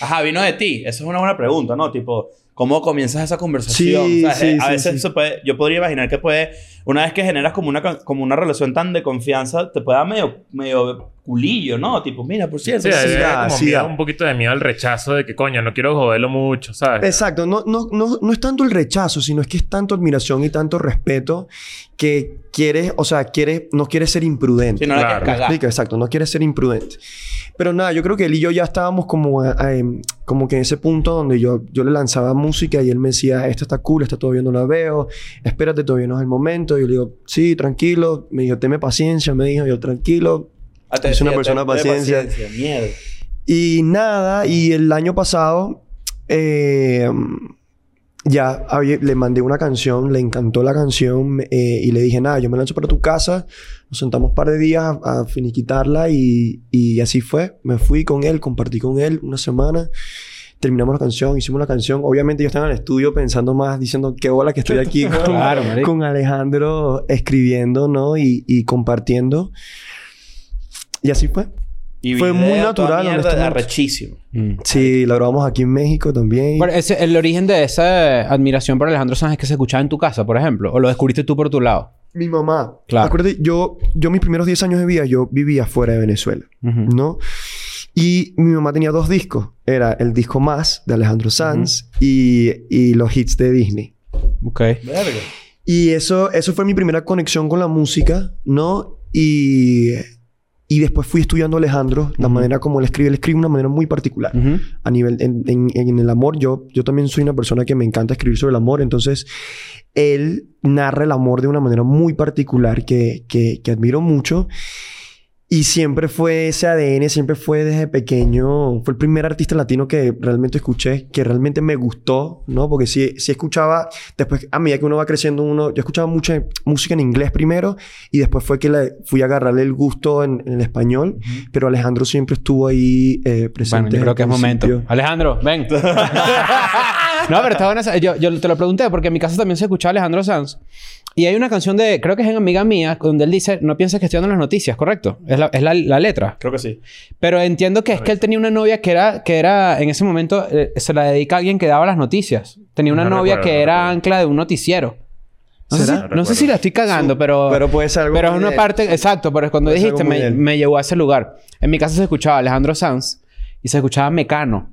Speaker 5: Ajá, vino de ti. Esa es una buena pregunta, ¿no? Tipo, ¿cómo comienzas esa conversación?
Speaker 1: Sí,
Speaker 5: O sea,
Speaker 1: sí,
Speaker 5: eh, a
Speaker 1: sí,
Speaker 5: veces
Speaker 1: sí.
Speaker 5: se puede- yo podría imaginar que puede, una vez que generas como una, con- como una relación tan de confianza, te puede dar medio, medio culillo, ¿no? Tipo, mira, por cierto.
Speaker 4: Sí,
Speaker 5: sí,
Speaker 4: hay- hay
Speaker 1: da,
Speaker 4: como
Speaker 1: sí
Speaker 4: miedo-
Speaker 1: da.
Speaker 4: un poquito de miedo al rechazo de que, coño, no quiero joderlo mucho, ¿sabes?
Speaker 1: Exacto, no, no, no, no es tanto el rechazo, sino es que es tanto admiración y tanto respeto que quieres, o sea, quieres, no quieres ser imprudente.
Speaker 5: si no la
Speaker 4: Claro.
Speaker 5: quieres
Speaker 1: ¿Me
Speaker 5: cagar.
Speaker 1: explico? Exacto, no quieres ser imprudente. Pero nada, yo creo que él y yo ya estábamos como, a- a, em, como que en ese punto donde yo, yo le lanzaba música y él me decía, esta está cool, esta todavía no la veo, espérate, todavía no es el momento. Y yo le digo, sí, tranquilo. Me dijo, teme paciencia, me dijo, yo tranquilo,
Speaker 5: Ah, te
Speaker 1: Es una
Speaker 5: decía,
Speaker 1: persona
Speaker 5: te- te-
Speaker 1: paciencia.
Speaker 5: Mierda.
Speaker 1: Y nada, y el año pasado eh, ya había- le mandé una canción, le encantó la canción eh, y le dije, nada, yo me lanzo para tu casa, nos sentamos un par de días a, a finiquitarla y, y así fue. Me fui con él, compartí con él una semana. Terminamos la canción, hicimos la canción. Obviamente yo estaba en el estudio pensando más, diciendo qué bola que estoy aquí con,
Speaker 2: Claro, marico.
Speaker 1: con Alejandro escribiendo, ¿no? Y, y compartiendo. Y así fue.
Speaker 5: Y
Speaker 1: Fue muy
Speaker 5: video, toda
Speaker 1: natural, este
Speaker 5: Mierda,
Speaker 1: honestamente.
Speaker 5: arrechísimo.
Speaker 2: Mm.
Speaker 1: Sí, lo grabamos aquí en México también.
Speaker 2: Pero ese- el origen de esa eh, admiración por Alejandro Sanz es que se escuchaba en tu casa, por ejemplo. O lo descubriste tú por tu lado.
Speaker 1: Mi mamá.
Speaker 2: Claro.
Speaker 1: Acuérdate, yo, yo mis primeros 10 años de vida, yo vivía fuera de Venezuela,
Speaker 2: Ujú.
Speaker 1: ¿no? Y mi mamá tenía dos discos. Era el disco Más, de Alejandro Sanz, y, y los hits de Disney.
Speaker 2: Ok.
Speaker 5: Verga.
Speaker 1: Y eso, eso fue mi primera conexión con la música, ¿no? Y, y después fui estudiando a Alejandro, la
Speaker 2: Ujú.
Speaker 1: manera como él escribe. Él escribe de una manera muy particular.
Speaker 2: Ujú.
Speaker 1: a nivel en, en- en el amor yo yo también soy una persona que me encanta escribir sobre el amor entonces él narra el amor de una manera muy particular que que, que admiro mucho y siempre fue ese ADN, siempre fue desde pequeño. Fue el primer artista latino que realmente escuché, que realmente me gustó, ¿no? Porque sí, sí escuchaba, después, a medida que uno va creciendo, uno, yo escuchaba mucha música en inglés primero y después fue que le fui a agarrarle el gusto en, en el español, pero Alejandro siempre estuvo ahí eh, presente.
Speaker 2: Bueno, yo
Speaker 1: desde
Speaker 2: creo que es
Speaker 1: el
Speaker 2: momento.
Speaker 1: principio.
Speaker 2: Alejandro,
Speaker 1: *laughs*
Speaker 2: ven. no, pero está buena. esa- Yo, yo te lo pregunté porque en mi casa también se escuchaba Alejandro Sanz. Y hay una canción de, creo que es en Amiga Mía, donde él dice, no pienses que estoy dando las noticias, ¿correcto? Es la, es la, la letra.
Speaker 5: Creo que sí.
Speaker 2: Pero entiendo que es que él tenía una novia que era, que era en ese momento, eh, se la dedica a alguien que daba las noticias. Tenía una
Speaker 4: No
Speaker 2: novia
Speaker 4: recuerdo,
Speaker 2: que
Speaker 4: no
Speaker 2: era
Speaker 4: recuerdo.
Speaker 2: ancla de un noticiero. No, sé
Speaker 1: ¿Será?
Speaker 2: si,
Speaker 4: No
Speaker 2: no sé
Speaker 4: recuerdo.
Speaker 2: si la estoy cagando, pero...
Speaker 1: Pero puede ser algo
Speaker 2: Pero es
Speaker 1: muy
Speaker 2: una
Speaker 1: de-
Speaker 2: parte, exacto, pero es cuando
Speaker 1: Puede ser
Speaker 2: dijiste
Speaker 1: algo muy
Speaker 2: me,
Speaker 1: de él.
Speaker 2: me llevó a ese lugar. En mi casa se escuchaba Alejandro Sanz y se escuchaba Mecano.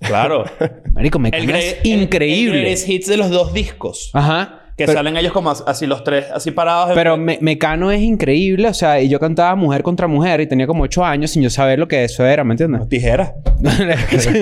Speaker 5: Claro.
Speaker 1: *laughs*
Speaker 2: Marico, Mecano
Speaker 5: El
Speaker 2: es
Speaker 5: great- el- el
Speaker 2: increíble.
Speaker 5: greatest hits de los dos discos.
Speaker 2: Ajá.
Speaker 5: Que Que
Speaker 2: Pero-
Speaker 5: salen ellos como as- así los tres, así parados. en-
Speaker 2: Pero Me- Mecano es increíble, o sea, y yo cantaba mujer contra mujer y tenía como ocho años sin yo saber lo que eso era,
Speaker 1: *laughs*
Speaker 2: ¿me entiendes? *laughs*
Speaker 5: Tijeras.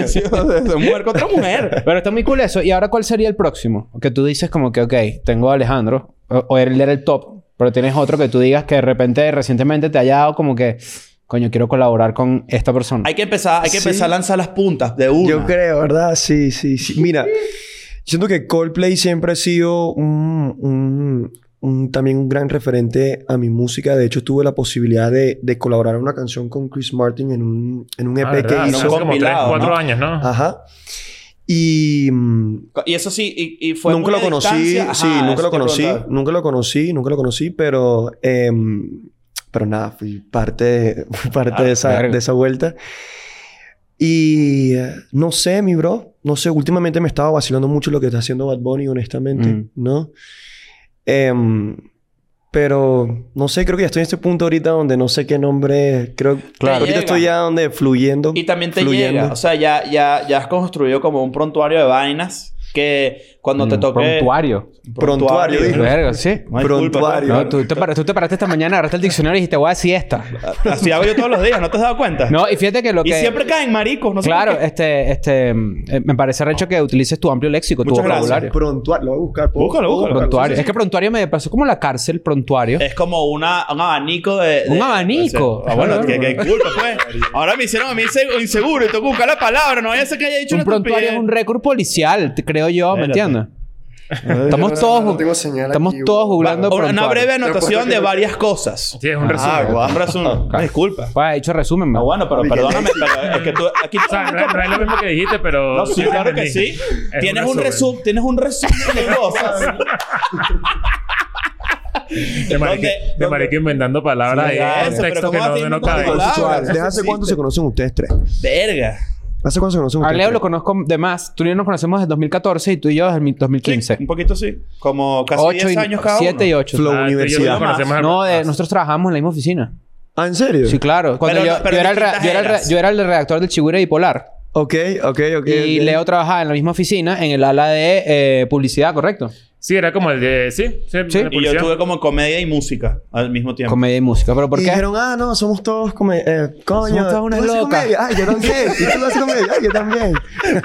Speaker 5: Sí, o sea, es mujer contra mujer.
Speaker 2: Pero está muy cool eso. ¿Y ahora cuál sería el próximo? Que tú dices como que, ok, tengo a Alejandro, o, o él era el top, pero tienes otro que tú digas que de repente, recientemente te haya dado como que, coño, quiero colaborar con esta persona.
Speaker 5: Hay que empezar, hay que
Speaker 1: Sí.
Speaker 5: empezar a lanzar las puntas de una.
Speaker 1: Yo creo, ¿verdad? Sí, sí, sí. Mira, siento que Coldplay siempre ha sido un, un- un- también un gran referente a mi música. De hecho, tuve la posibilidad de, de colaborar en una canción con Chris Martin en un, en un EP
Speaker 4: Ah, ¿verdad?
Speaker 1: que
Speaker 4: Son
Speaker 1: hizo. Ah.
Speaker 4: como 3,
Speaker 5: Compilado,
Speaker 4: 4
Speaker 5: ¿no?
Speaker 4: años, ¿no?
Speaker 1: Ajá. Y mm,
Speaker 5: Y eso sí, y, y fue
Speaker 1: nunca
Speaker 5: muy
Speaker 1: lo
Speaker 5: a
Speaker 1: conocí,
Speaker 5: distancia. Ajá, este,
Speaker 1: sí, nunca
Speaker 5: eso
Speaker 1: lo
Speaker 5: te
Speaker 1: conocí,
Speaker 5: preguntaba.
Speaker 1: nunca lo conocí, nunca lo conocí, pero em, pero nada, fui parte *laughs* de, fui parte
Speaker 2: Ah,
Speaker 1: de, esa,
Speaker 2: verga.
Speaker 1: de esa vuelta. Y eh, no sé, mi bro, no sé, últimamente me estaba vacilando mucho lo que está haciendo Bad Bunny, honestamente,
Speaker 2: Mm.
Speaker 1: ¿no? Em, pero no sé, creo que ya estoy en este punto ahorita donde no sé qué nombre, creo que
Speaker 5: Claro.
Speaker 1: ahorita
Speaker 5: Llega.
Speaker 1: estoy ya donde fluyendo.
Speaker 5: Y también te
Speaker 1: fluyendo.
Speaker 5: llega. O sea, ya, ya, ya has construido como un prontuario de vainas que cuando te
Speaker 2: Un
Speaker 5: toque...
Speaker 2: Prontuario.
Speaker 1: Prontuario, dijo.
Speaker 2: Verga, sí.
Speaker 5: No hay culpa,
Speaker 1: Prontuario.
Speaker 5: claro.
Speaker 2: No, tú, te par- tú te paraste esta mañana, agarraste el diccionario y dijiste, voy a decir esta.
Speaker 5: Así hago yo todos los días, ¿no te has dado cuenta?
Speaker 2: No, y fíjate que lo que...
Speaker 5: Y siempre caen maricos, no sé
Speaker 2: Claro,
Speaker 5: por qué.
Speaker 2: este, este, mm, eh, me parece recho que utilices tu amplio léxico, tu
Speaker 5: Muchas gracias.
Speaker 2: vocabulario.
Speaker 1: Prontuario, lo voy a buscar. ¿puedo-
Speaker 5: Búscalo,
Speaker 1: puedo
Speaker 5: búscalo.
Speaker 1: buscarlo?
Speaker 2: Prontuario. Es que prontuario me pasó como la cárcel, prontuario.
Speaker 5: Es como una, un abanico de... de-
Speaker 2: Un abanico.
Speaker 5: o sea, ah, bueno, que, que culpa, pues. Ahora me hicieron a mí inse- inseguro y tengo que buscar la palabra. No vaya a ser que haya dicho
Speaker 2: un
Speaker 5: una
Speaker 2: prontuario es
Speaker 5: estupidez.
Speaker 2: un récord policial, te- creo yo, ¿me
Speaker 5: Espérate.
Speaker 2: entiendes? Estamos todos,
Speaker 1: no tengo señal
Speaker 2: estamos
Speaker 1: aquí,
Speaker 2: todos
Speaker 1: güey.
Speaker 2: googlando
Speaker 5: Una-
Speaker 2: prontuario.
Speaker 5: Una breve anotación
Speaker 1: apuesto
Speaker 5: de
Speaker 1: que-
Speaker 5: varias cosas.
Speaker 4: Sí, es un resumen.
Speaker 5: Ah, guau, un resumen. Una Disculpa.
Speaker 2: Pa, he Pues, hecho resumen, man.
Speaker 5: Ah, bueno, pero
Speaker 1: Uy, qué
Speaker 5: perdóname, pero es que tú aquí
Speaker 4: O sea, no, no es lo mismo que dijiste, pero...
Speaker 5: No, sí,
Speaker 4: te
Speaker 5: claro que
Speaker 4: entendí.
Speaker 5: sí.
Speaker 4: Es
Speaker 5: Tienes un resumen, tienes un resumen de cosas.
Speaker 4: De marique,
Speaker 5: ¿Dónde-
Speaker 4: de
Speaker 5: dónde?
Speaker 4: marique inventando palabras
Speaker 5: Sí,
Speaker 4: y
Speaker 5: eso,
Speaker 4: un texto
Speaker 5: pero
Speaker 4: que
Speaker 5: ¿cómo
Speaker 4: no, Ah,
Speaker 5: haces
Speaker 4: no
Speaker 5: inventando
Speaker 4: cabe.
Speaker 5: palabras?
Speaker 1: Casual.
Speaker 5: Palabras,
Speaker 1: ¿Desde hace
Speaker 5: existe.
Speaker 1: cuánto se conocen ustedes tres?
Speaker 5: Verga.
Speaker 1: ¿Hace cuánto se conocen
Speaker 2: A
Speaker 1: ustedes
Speaker 2: Leo
Speaker 1: tres?
Speaker 2: lo conozco de más. Tú y yo nos conocemos desde 2014 y tú y yo desde el mi-
Speaker 5: Sí,
Speaker 2: 2015.
Speaker 5: Un poquito sí. Como casi
Speaker 2: 8
Speaker 5: 10 años cada
Speaker 2: 7 y
Speaker 5: uno.
Speaker 2: 8.
Speaker 1: Flow.
Speaker 4: Ah, tú y yo nos
Speaker 1: Universidad.
Speaker 4: conocemos- Ah,
Speaker 2: No, de- nosotros trabajamos en la misma oficina.
Speaker 1: ¿Ah, en serio?
Speaker 2: Sí, claro. Cuando
Speaker 5: Pero-
Speaker 2: yo,
Speaker 5: pero
Speaker 2: yo era el,
Speaker 5: distintas
Speaker 2: re- yo era el re-
Speaker 5: eras.
Speaker 2: yo era el redactor del Chigure Bipolar.
Speaker 1: Ok, ok, ok.
Speaker 2: Y
Speaker 1: ok.
Speaker 2: Leo trabajaba en la misma oficina en el ala de eh, publicidad, ¿correcto?
Speaker 4: Sí, era como el de... Sí, sí.
Speaker 2: Sí.
Speaker 4: la
Speaker 5: Y yo
Speaker 4: policía.
Speaker 5: estuve como comedia y música al mismo tiempo.
Speaker 2: Comedia y música. ¿Pero por
Speaker 1: Y
Speaker 2: qué?
Speaker 1: dijeron, ah, no, somos todos como... Eh, coño,
Speaker 2: Somos todas unas
Speaker 1: ¿tú haces
Speaker 2: locas.
Speaker 1: comedia? Ay, yo también. ¿Y tú haces comedia? Ay, yo también.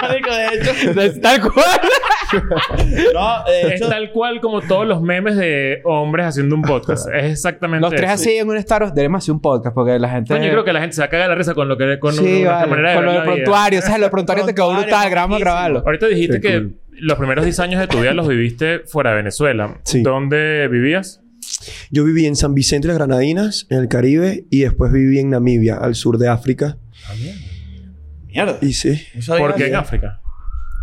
Speaker 5: Marico, de hecho.
Speaker 2: *laughs* Tal cual.
Speaker 5: No, de
Speaker 4: Es
Speaker 5: hecho.
Speaker 4: tal cual como todos los memes de hombres haciendo un podcast. Es exactamente
Speaker 2: Los tres
Speaker 4: eso.
Speaker 2: así en un Star Debemos hacer un podcast porque la gente.
Speaker 4: Coño, yo creo que la gente se va a cagar la risa con lo que... Con
Speaker 2: sí,
Speaker 4: nuestra
Speaker 2: vale.
Speaker 4: manera de ¿eh?
Speaker 2: Con lo
Speaker 4: ver
Speaker 2: del
Speaker 4: la vida.
Speaker 2: prontuario. O sea, lo del prontuario te quedó
Speaker 5: Prontuario,
Speaker 2: brutal. Grabamos a
Speaker 5: buenísimo.
Speaker 2: grabarlo.
Speaker 4: Ahorita dijiste
Speaker 1: Qué
Speaker 4: que
Speaker 1: cool.
Speaker 4: los primeros 10 años de tu vida los viviste fuera de Venezuela.
Speaker 1: Sí.
Speaker 4: ¿Dónde vivías?
Speaker 1: Yo viví en San Vicente y las Granadinas, en el Caribe. Y después viví en Namibia, al sur de África.
Speaker 5: Mierda.
Speaker 1: Y sí.
Speaker 5: No sabía
Speaker 4: ¿Por qué en
Speaker 5: nada.
Speaker 4: África?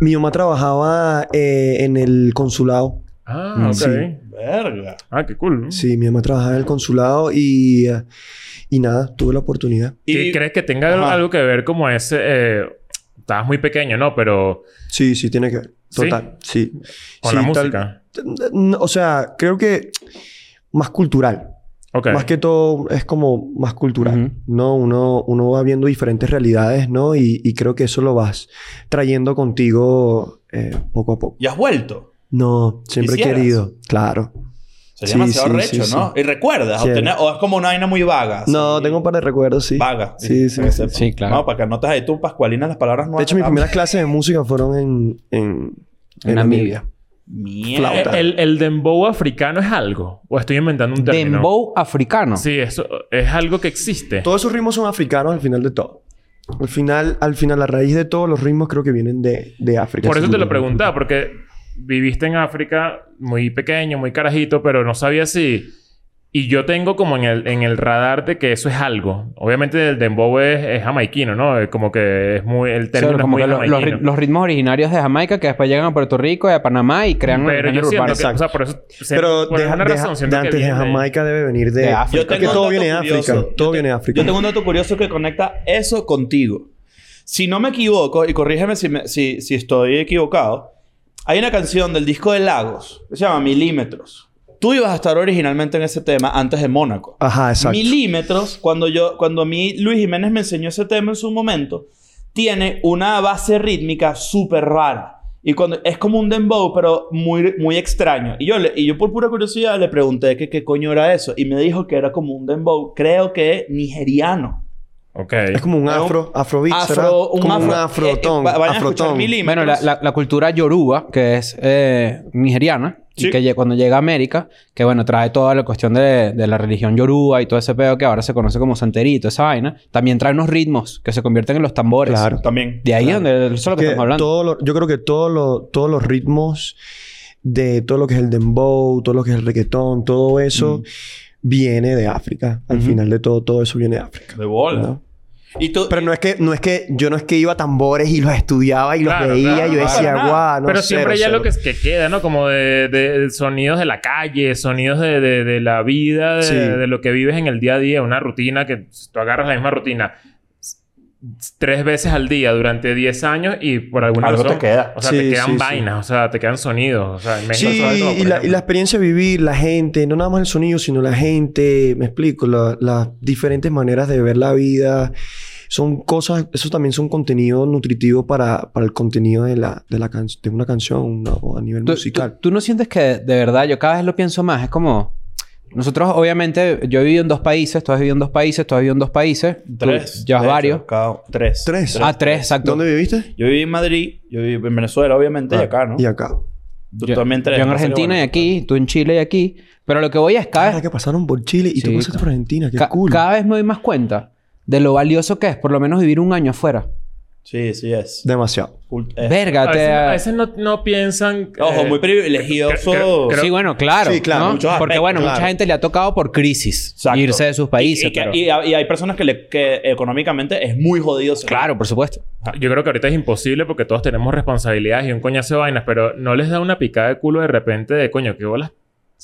Speaker 1: Mi mamá trabajaba eh, en el consulado.
Speaker 4: Ah, ok.
Speaker 1: Sí.
Speaker 5: Verga.
Speaker 4: Ah, qué cool. ¿no?
Speaker 1: Sí, mi mamá trabajaba en el consulado. Y, eh, y nada, tuve la oportunidad.
Speaker 4: ¿Y
Speaker 5: Y-
Speaker 4: crees que tenga
Speaker 5: Ajá.
Speaker 4: algo que ver como ese... eh, estabas muy pequeño, ¿no? Pero
Speaker 1: Sí, sí, tiene que ver. Total, sí.
Speaker 4: con
Speaker 1: Sí,
Speaker 4: la
Speaker 1: tal-
Speaker 4: música.
Speaker 1: No, O sea, creo que más cultural.
Speaker 4: Ok.
Speaker 1: Más que todo es como más cultural,
Speaker 2: Ujú.
Speaker 1: ¿no? Uno, uno va viendo diferentes realidades, ¿no? Y, y creo que eso lo vas trayendo contigo eh, poco a poco.
Speaker 5: ¿Y has vuelto?
Speaker 1: No, siempre he
Speaker 5: ¿Quisieras?
Speaker 1: querido, claro.
Speaker 5: Sería
Speaker 1: Sí,
Speaker 5: demasiado
Speaker 1: sí,
Speaker 5: recho,
Speaker 1: sí,
Speaker 5: ¿no? ¿Y recuerdas?
Speaker 1: Sí.
Speaker 5: ¿O, tenés- o es como una vaina muy vaga? así?
Speaker 1: No, tengo un par de recuerdos, sí.
Speaker 5: Vaga.
Speaker 1: Sí, sí,
Speaker 5: Para que
Speaker 1: sí.
Speaker 5: sepas.
Speaker 2: Sí, claro.
Speaker 5: No, para que anotas ahí tú, Pascualina, las palabras nuevas.
Speaker 1: De
Speaker 4: Ah.
Speaker 1: hecho, mis primeras clases de música fueron en... En,
Speaker 2: En Namibia.
Speaker 5: Mierda.
Speaker 1: flauta.
Speaker 4: Eh, ¿El, el dembow africano es algo? ¿O estoy inventando un término?
Speaker 2: Dembow africano.
Speaker 4: Sí, eso es algo que existe.
Speaker 1: Todos esos ritmos son africanos al final de todo. Al final, al final, la raíz de todos los ritmos creo que vienen de, de África.
Speaker 4: Por eso te lo preguntaba, porque viviste en África muy pequeño, muy carajito, pero no sabía si... Y yo tengo como en el, en el radar de que eso es algo. Obviamente el dembow es, es jamaiquino, ¿no? Es como que es muy... El
Speaker 2: O sea,
Speaker 4: término es
Speaker 2: como
Speaker 4: muy
Speaker 2: que lo- los,
Speaker 4: jamaiquino.
Speaker 2: rit- los ritmos originarios de Jamaica que después llegan a Puerto Rico y a Panamá y crean
Speaker 4: pero
Speaker 2: un
Speaker 4: yo siento
Speaker 2: género urbano.
Speaker 4: que... O sea, por eso...
Speaker 1: Pero
Speaker 4: por
Speaker 1: de,
Speaker 4: alguna
Speaker 1: de-
Speaker 4: razón
Speaker 1: de
Speaker 4: siento que
Speaker 1: antes de
Speaker 4: viene
Speaker 1: Jamaica debe venir de,
Speaker 2: De
Speaker 1: África.
Speaker 2: África.
Speaker 5: Yo tengo
Speaker 1: que
Speaker 5: un
Speaker 1: todo
Speaker 5: dato
Speaker 1: viene de África.
Speaker 5: curioso. Yo
Speaker 1: Todo
Speaker 5: te-
Speaker 1: viene de África.
Speaker 5: Yo tengo un dato curioso que conecta eso contigo. Si no me equivoco, y corrígeme si, me- si, si estoy equivocado, hay una canción del disco de Lagos que se llama Milímetros. Tú ibas a estar originalmente en ese tema antes de Mónaco.
Speaker 1: Ajá, exacto.
Speaker 5: Milímetros, cuando yo, cuando a mí Luis Jiménez me enseñó ese tema en su momento, tiene una base rítmica súper rara. Y cuando, es como un dembow, pero muy, muy extraño. Y yo, le- y yo por pura curiosidad le pregunté que qué coño era eso. Y me dijo que era como un dembow, creo que nigeriano.
Speaker 4: Ok.
Speaker 1: Es como un
Speaker 5: Es un
Speaker 1: afro, afrobeat,
Speaker 5: afro-
Speaker 1: ¿será?
Speaker 5: un
Speaker 1: como
Speaker 5: afro-
Speaker 1: un
Speaker 5: eh,
Speaker 1: afrotón,
Speaker 5: eh, va- vayan a escuchar
Speaker 1: afrotón.
Speaker 5: mi link.
Speaker 2: Bueno, la, la- la cultura yoruba, que es eh, nigeriana,
Speaker 5: Sí.
Speaker 2: y que lle- cuando llega a América, que bueno, trae toda la cuestión de, de la religión yoruba y todo ese pedo que ahora se conoce como santerito, esa vaina, también trae unos ritmos que se convierten en los tambores.
Speaker 1: Claro.
Speaker 5: También.
Speaker 2: De ahí donde eso es lo que,
Speaker 1: Que
Speaker 2: estamos hablando.
Speaker 1: todo lo- yo creo que todo lo- todos los ritmos de todo lo que es el dembow, todo lo que es el reggaetón, todo eso
Speaker 5: Mm.
Speaker 1: viene de África. Al final de todo, todo eso viene de África.
Speaker 5: De bola.
Speaker 1: ¿no?
Speaker 5: Y tú,
Speaker 1: Pero no es que, no es que, yo no es que iba a tambores y los estudiaba y los
Speaker 4: Claro,
Speaker 1: veía
Speaker 4: claro,
Speaker 1: y yo
Speaker 4: no,
Speaker 1: decía,
Speaker 5: para nada.
Speaker 1: guau, no
Speaker 4: Pero
Speaker 1: cero,
Speaker 4: siempre ya
Speaker 1: cero".
Speaker 4: lo que, que queda, ¿no? Como de, de- de sonidos de la calle, sonidos de, de- de la vida, de,
Speaker 1: Sí.
Speaker 4: de lo que vives en el día a día, una rutina que tú agarras la misma rutina s- s- tres veces al día durante 10 años y por alguna
Speaker 5: Algo
Speaker 4: razón...
Speaker 5: te queda.
Speaker 4: O sea,
Speaker 1: Sí,
Speaker 4: te quedan
Speaker 1: sí, sí.
Speaker 4: vainas, o sea, te quedan sonidos. O sea, en México
Speaker 1: Sí,
Speaker 4: sobre todo, por
Speaker 1: y la, y
Speaker 4: ejemplo.
Speaker 1: la experiencia de vivir, la gente, no nada más el sonido, sino la gente, me explico, la- las diferentes maneras de ver la vida, son cosas, eso también son contenido nutritivo para, para el contenido de, la, de, la can- de una canción ¿no? o a nivel
Speaker 2: ¿Tú,
Speaker 1: musical.
Speaker 2: tú- tú no sientes que, de verdad, yo cada vez lo pienso más? Es como... Nosotros, obviamente, yo he vivido en dos países, tú has vivido en dos países, tú has vivido en dos países. tú
Speaker 5: tres.
Speaker 2: Llevas
Speaker 5: de hecho,
Speaker 2: varios.
Speaker 5: cada- tres.
Speaker 1: Tres.
Speaker 2: Ah, tres, exacto.
Speaker 1: ¿Dónde viviste?
Speaker 5: Yo viví en Madrid, yo viví en Venezuela, obviamente, y acá, ¿no?
Speaker 1: Y acá.
Speaker 5: Tú
Speaker 2: Ah. yo,
Speaker 5: también tres.
Speaker 2: yo en
Speaker 5: entonces,
Speaker 2: Argentina y
Speaker 5: bueno,
Speaker 2: aquí, tú en Chile y aquí. Pero lo que voy es cada
Speaker 1: Ah,
Speaker 2: vez
Speaker 1: que pasaron por Chile y tú
Speaker 2: Sí,
Speaker 1: pasaste
Speaker 2: claro.
Speaker 1: por Argentina, qué
Speaker 2: Ca-
Speaker 1: cool.
Speaker 2: Cada vez me doy más cuenta de lo valioso que es, por lo menos vivir un año afuera.
Speaker 5: Sí, sí, es.
Speaker 1: Demasiado.
Speaker 5: Ult- es.
Speaker 2: Verga,
Speaker 4: A
Speaker 2: te-
Speaker 4: veces, a veces no, no piensan...
Speaker 5: Ojo,
Speaker 4: eh,
Speaker 5: muy privilegioso.
Speaker 4: cre- cre- creo-
Speaker 2: sí, bueno, claro.
Speaker 1: Sí, claro,
Speaker 2: ¿no?
Speaker 5: muchos
Speaker 2: Porque
Speaker 5: aspectos,
Speaker 2: bueno, mucha
Speaker 5: claro.
Speaker 2: gente le ha tocado por crisis
Speaker 5: Exacto.
Speaker 2: irse de sus países.
Speaker 5: y, que-
Speaker 2: pero-
Speaker 5: y a- y hay personas que, le- que económicamente es muy jodido. salir.
Speaker 2: claro, por supuesto.
Speaker 4: Ah, Yo creo que ahorita es imposible porque todos tenemos responsabilidades y un coñazo de vainas, pero no les da una picada de culo de repente de coño, qué bolas,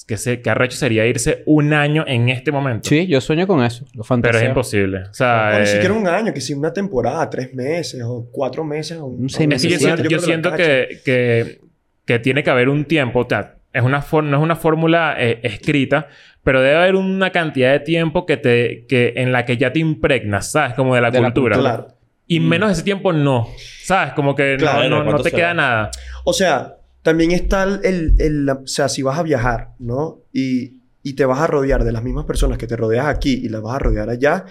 Speaker 4: que se, qué arrecho sería irse un año en este momento.
Speaker 2: Sí, yo sueño con eso. Lo
Speaker 4: Pero
Speaker 2: fantaseo.
Speaker 4: es imposible. O sea,
Speaker 1: Bueno,
Speaker 4: eh,
Speaker 1: si quieres un año, que si una temporada, tres meses o cuatro meses. O
Speaker 2: Un seis
Speaker 1: o-
Speaker 4: es que yo
Speaker 2: meses.
Speaker 4: siento, yo
Speaker 1: creo
Speaker 4: siento
Speaker 1: la cacho.
Speaker 4: que, que, que tiene que haber un tiempo. O sea, es una for- no es una fórmula eh, escrita, pero debe haber una cantidad de tiempo que te, que, en la que ya te impregnas, ¿sabes? Como de la,
Speaker 2: De la
Speaker 4: cultura.
Speaker 1: Claro.
Speaker 4: Y menos de ese tiempo no. ¿Sabes? Como que no-
Speaker 1: Claro,
Speaker 4: no, no
Speaker 5: ¿cuánto
Speaker 4: te
Speaker 5: será?
Speaker 4: queda nada.
Speaker 1: O sea, también está el, el- el- la- o sea, si vas a viajar, ¿no? Y, y te vas a rodear de las mismas personas que te rodeas aquí y las vas a rodear allá,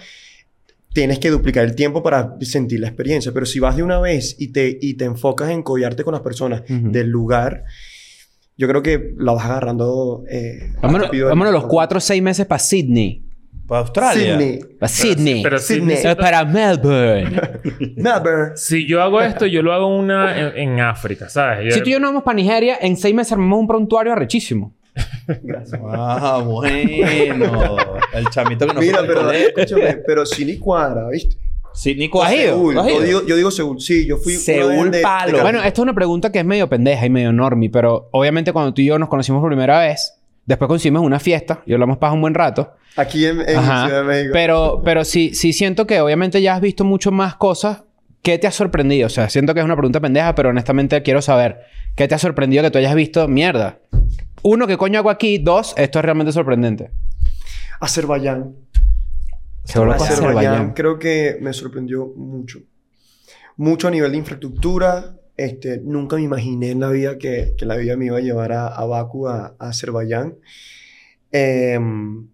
Speaker 1: tienes que duplicar el tiempo para sentir la experiencia. Pero si vas de una vez y te, y te enfocas en collarte con las personas
Speaker 2: Ujú.
Speaker 1: del lugar, yo creo que la vas agarrando. Eh,
Speaker 2: Vámonos,
Speaker 1: rápido.
Speaker 2: vámonos los cuatro o seis meses para Sydney.
Speaker 5: Para Australia.
Speaker 1: Sydney,
Speaker 2: Para Sydney.
Speaker 4: Pero sí,
Speaker 1: Sydney.
Speaker 2: Eh, para Melbourne. *laughs*
Speaker 1: Melbourne.
Speaker 4: Si yo hago esto, yo lo hago una en, en África, ¿sabes? Yo-
Speaker 2: si tú y yo no vamos para Nigeria, en seis meses armamos un prontuario arrechísimo.
Speaker 5: Ah, bueno. El chamito que nos
Speaker 1: Mira,
Speaker 5: fue al
Speaker 1: pero
Speaker 5: colegio.
Speaker 1: escúchame, pero Sydney cuadra, ¿viste?
Speaker 5: Sydney, ¿cuál?
Speaker 2: ¿Has ido?
Speaker 1: Seúl.
Speaker 5: ¿Has
Speaker 1: Yo
Speaker 5: ido?
Speaker 1: digo, yo digo Seúl. Sí, yo fui. una
Speaker 5: Seúl
Speaker 1: vez de- de
Speaker 5: palo.
Speaker 1: Cali.
Speaker 2: Bueno, esta es una pregunta que es medio pendeja y medio normie, pero obviamente cuando tú y yo nos conocimos por primera vez, después coincidimos en una fiesta y hablamos para un buen rato.
Speaker 1: Aquí en, en
Speaker 2: Ajá.
Speaker 1: Ciudad de México.
Speaker 2: Pero, pero sí, sí siento que obviamente ya has visto mucho más cosas. ¿Qué te ha sorprendido? O sea, siento que es una pregunta pendeja, pero honestamente quiero saber. ¿Qué te ha sorprendido que tú hayas visto? Mierda. Uno, ¿qué coño hago aquí? Dos, esto es realmente sorprendente.
Speaker 1: Azerbaiyán.
Speaker 2: Se voló con
Speaker 1: Azerbaiyán.
Speaker 2: Azerbaiyán.
Speaker 1: Creo que me sorprendió mucho. Mucho a nivel de infraestructura. Este, nunca me imaginé en la vida que, que la vida me iba a llevar a, a Bakú, a, a Azerbaiyán. Em,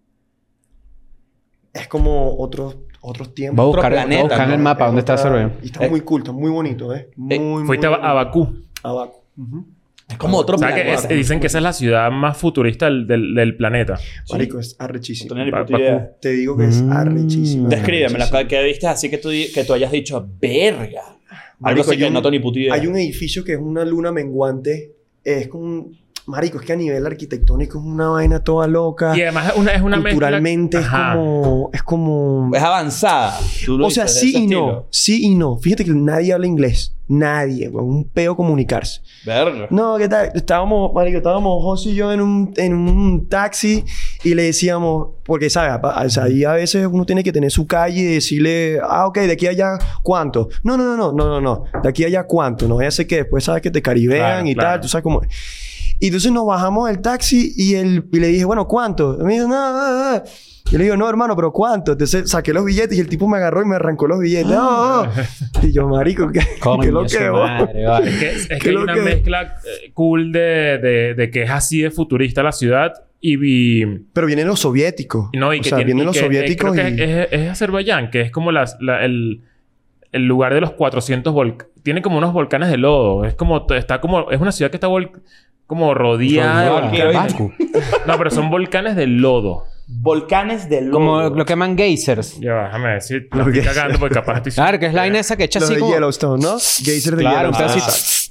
Speaker 1: es como otros, otros
Speaker 2: Voy a
Speaker 1: tiempos.
Speaker 5: Otro
Speaker 2: buscar, voy a
Speaker 5: planeta,
Speaker 2: buscar en
Speaker 5: ¿no?
Speaker 2: el mapa
Speaker 1: Es
Speaker 2: dónde está
Speaker 1: otra-
Speaker 2: Azerbaiyán.
Speaker 1: Y está muy cool, está muy bonito, ¿eh? Muy, muy
Speaker 4: Fuiste a,
Speaker 1: bonito.
Speaker 4: a Bakú.
Speaker 1: A Bakú. Ujú.
Speaker 5: Es como otro
Speaker 4: O sea, que
Speaker 5: planeta.
Speaker 4: es- dicen que esa es la ciudad más futurista del, del- del planeta.
Speaker 1: Marico, es
Speaker 5: No
Speaker 1: arrechísimo.
Speaker 5: tenía ni
Speaker 4: Pa-
Speaker 5: puta
Speaker 4: pa-
Speaker 5: idea.
Speaker 1: Te digo que es
Speaker 2: Mm.
Speaker 1: arrechísimo.
Speaker 5: Descríbeme, la
Speaker 1: Arrechísimo.
Speaker 5: que viste así que tú, di- que tú hayas dicho, verga. Algo
Speaker 1: Marico,
Speaker 5: así
Speaker 1: hay
Speaker 5: que
Speaker 1: un-
Speaker 5: no tengo ni puta idea.
Speaker 1: Hay un edificio que es una luna menguante. Es como un... Marico, es que a nivel arquitectónico es una vaina toda loca.
Speaker 4: Y además es una, es una mezcla-
Speaker 1: Culturalmente es
Speaker 4: Ajá.
Speaker 1: como... Es como...
Speaker 5: Es avanzada. Tú lo
Speaker 1: O sea,
Speaker 5: dices, de
Speaker 1: sí
Speaker 5: ese
Speaker 1: y no.
Speaker 5: estilo.
Speaker 1: Sí y no. Fíjate que nadie habla inglés. Nadie, güey. Un peo comunicarse.
Speaker 5: Verga.
Speaker 1: No, ¿qué tal? Estábamos, marico, estábamos José y yo en un, en un taxi y le decíamos, porque, ¿sabes? Apa- o sea, ahí a veces uno tiene que tener su calle y decirle, ah, ok, de aquí a allá, ¿cuánto? No, no, no, no, no, no, no. De aquí a allá, ¿cuánto? No vaya a ser que después sabes que te caribean
Speaker 4: Claro,
Speaker 1: y
Speaker 4: claro.
Speaker 1: tal, tú sabes cómo es. Y entonces nos bajamos del taxi y, él, y le dije, bueno, ¿cuánto? Y me dijo, no, no, no". Yo le digo, no, hermano, pero ¿cuánto? Entonces saqué los billetes y el tipo me agarró y me arrancó los billetes. No, no. Y yo, marico, ¿qué, *laughs* qué
Speaker 2: Coño,
Speaker 1: lo
Speaker 2: su
Speaker 1: que vos?
Speaker 2: madre, vale.
Speaker 4: Es que,
Speaker 1: *laughs*
Speaker 4: es que
Speaker 1: ¿Qué
Speaker 4: hay
Speaker 1: lo
Speaker 4: una
Speaker 1: que-
Speaker 4: mezcla eh, cool de, de- de que es así de futurista la ciudad y, vi-
Speaker 1: Pero vienen los soviéticos.
Speaker 4: no, y
Speaker 1: o
Speaker 4: que
Speaker 1: sea,
Speaker 4: tiene-
Speaker 1: vienen
Speaker 4: y
Speaker 1: los
Speaker 4: que- eh,
Speaker 1: soviéticos
Speaker 4: creo que
Speaker 1: y...
Speaker 4: es, es Azerbaiyán, que es como las- la- el, el lugar de los 400 volcanes. Tiene como unos volcanes de lodo. Es como... Está como... Es una ciudad que está vol- como rodeada de
Speaker 2: Rodeada.
Speaker 1: *laughs*
Speaker 4: volcanes.
Speaker 2: Baku.
Speaker 4: No, pero son volcanes de lodo.
Speaker 5: Volcanes de lodo.
Speaker 2: Como lo que llaman geysers.
Speaker 4: Ya, va, déjame decir.
Speaker 1: Lo
Speaker 4: Lo estoy
Speaker 1: que-
Speaker 4: cagando porque capaz estoy...
Speaker 2: Claro, Ah, que es la vaina esa que echa
Speaker 1: Los
Speaker 2: así
Speaker 1: de
Speaker 2: como...
Speaker 1: Yellowstone, ¿no? Geyser de Ah.
Speaker 2: Claro, un
Speaker 1: Yellowstone.
Speaker 2: pedazo así.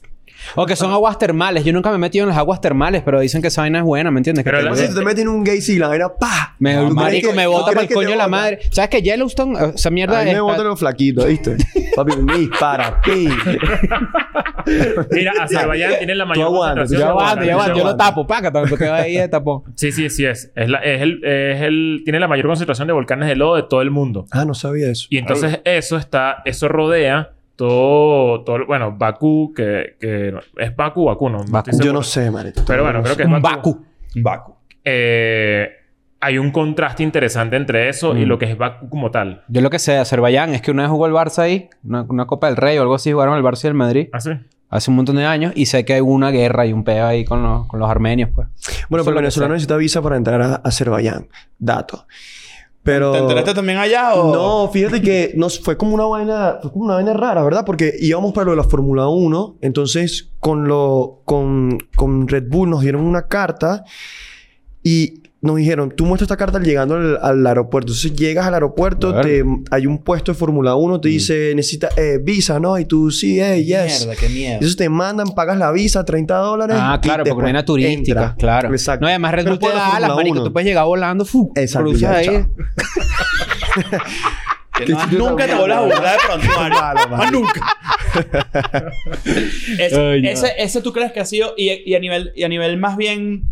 Speaker 2: O que son aguas termales. Yo nunca me he metido en las aguas termales, pero dicen que esa vaina es buena, ¿me entiendes? Que
Speaker 4: Pero
Speaker 2: te-
Speaker 4: la-
Speaker 1: Entonces, si te meten un gay y la vaina, ¡pa!
Speaker 2: Me,
Speaker 1: ¿Tú crees
Speaker 2: marico,
Speaker 1: que-
Speaker 2: me
Speaker 1: tú
Speaker 2: bota
Speaker 1: crees
Speaker 2: para el
Speaker 1: que te
Speaker 2: coño de la
Speaker 1: bota?
Speaker 2: madre. ¿Sabes que Yellowstone? o- Esa mierda
Speaker 1: A mí
Speaker 2: es...
Speaker 1: me botan los flaquitos,
Speaker 2: *laughs*
Speaker 1: ¿viste? Papi, me dispara. pi.
Speaker 4: Mira, Azerbaiyán tiene la
Speaker 1: Tú
Speaker 4: mayor
Speaker 1: aguanta,
Speaker 4: concentración
Speaker 2: Ya
Speaker 1: yo aguanto,
Speaker 4: de
Speaker 2: aguanto, ya
Speaker 4: volcanes.
Speaker 2: aguanto. Yo lo
Speaker 1: aguanto.
Speaker 2: tapo. Paca, tanto que va ahí de tapón.
Speaker 4: Sí, sí, sí es. Es, la- es el, es el- tiene la mayor concentración de volcanes de lodo de todo el mundo.
Speaker 1: Ah, no sabía eso.
Speaker 4: Y entonces eso está, eso rodea todo, todo bueno, Bakú, que, que es Bakú, Bakú, no.
Speaker 2: Bakú.
Speaker 4: estoy
Speaker 1: Yo
Speaker 4: seguro.
Speaker 1: no sé, marico.
Speaker 4: Pero bueno, creo que es
Speaker 2: Un
Speaker 4: Bakú.
Speaker 2: Baku.
Speaker 5: Baku.
Speaker 4: Eh, hay un contraste interesante entre eso y
Speaker 2: Mm.
Speaker 4: lo que es Bakú como tal.
Speaker 2: Yo lo que sé de Azerbaiyán es que una vez jugó el Barça ahí, una, una Copa del Rey o algo así, jugaron el Barça y el Madrid
Speaker 4: ¿Ah, sí?
Speaker 2: hace un montón de años y sé que hay una guerra y un peo ahí con los, con los armenios, pues.
Speaker 1: Bueno,
Speaker 2: Eso es lo
Speaker 1: pero
Speaker 2: que
Speaker 1: venezolano
Speaker 2: sé.
Speaker 1: necesita visa para entrar a Azerbaiyán. Dato. Pero...
Speaker 5: ¿Te enteraste también allá o...?
Speaker 1: No, fíjate que nos fue como una vaina, fue como una vaina rara, ¿verdad? Porque íbamos para lo de la Fórmula 1, entonces con lo con, con Red Bull nos dieron una carta y nos dijeron, tú muestras esta carta llegando al, al aeropuerto. Entonces llegas al aeropuerto, te,
Speaker 2: Verga.
Speaker 1: hay un puesto de Fórmula 1, te dice, necesita eh, visa, ¿no? Y tú, sí, eh, yes.
Speaker 5: Mm. Mierda, qué miedo.
Speaker 1: Entonces te mandan, pagas la visa, 30 dólares.
Speaker 2: Ah,
Speaker 1: y
Speaker 2: claro, porque no
Speaker 1: después
Speaker 2: hay una turística.
Speaker 1: entras.
Speaker 2: Claro.
Speaker 1: Exacto.
Speaker 2: No, y además Red
Speaker 1: Pero
Speaker 2: Bull te
Speaker 1: por la
Speaker 2: da alas,
Speaker 1: Fórmula
Speaker 2: marico.
Speaker 1: 1.
Speaker 2: Tú puedes llegar volando, fu,
Speaker 1: Exacto,
Speaker 2: cruzas
Speaker 1: ya,
Speaker 2: ahí.
Speaker 1: chao.
Speaker 5: Que no-
Speaker 1: yo
Speaker 5: nunca te
Speaker 1: también.
Speaker 5: vuelvas a burlar de pronto, Mario.
Speaker 1: Malo,
Speaker 5: Más
Speaker 1: Mario. Ah,
Speaker 5: nunca.
Speaker 2: *laughs*
Speaker 5: Ese-
Speaker 2: Ay, no.
Speaker 5: ese, ese tú crees que ha sido... Y, y a nivel, y a nivel más bien...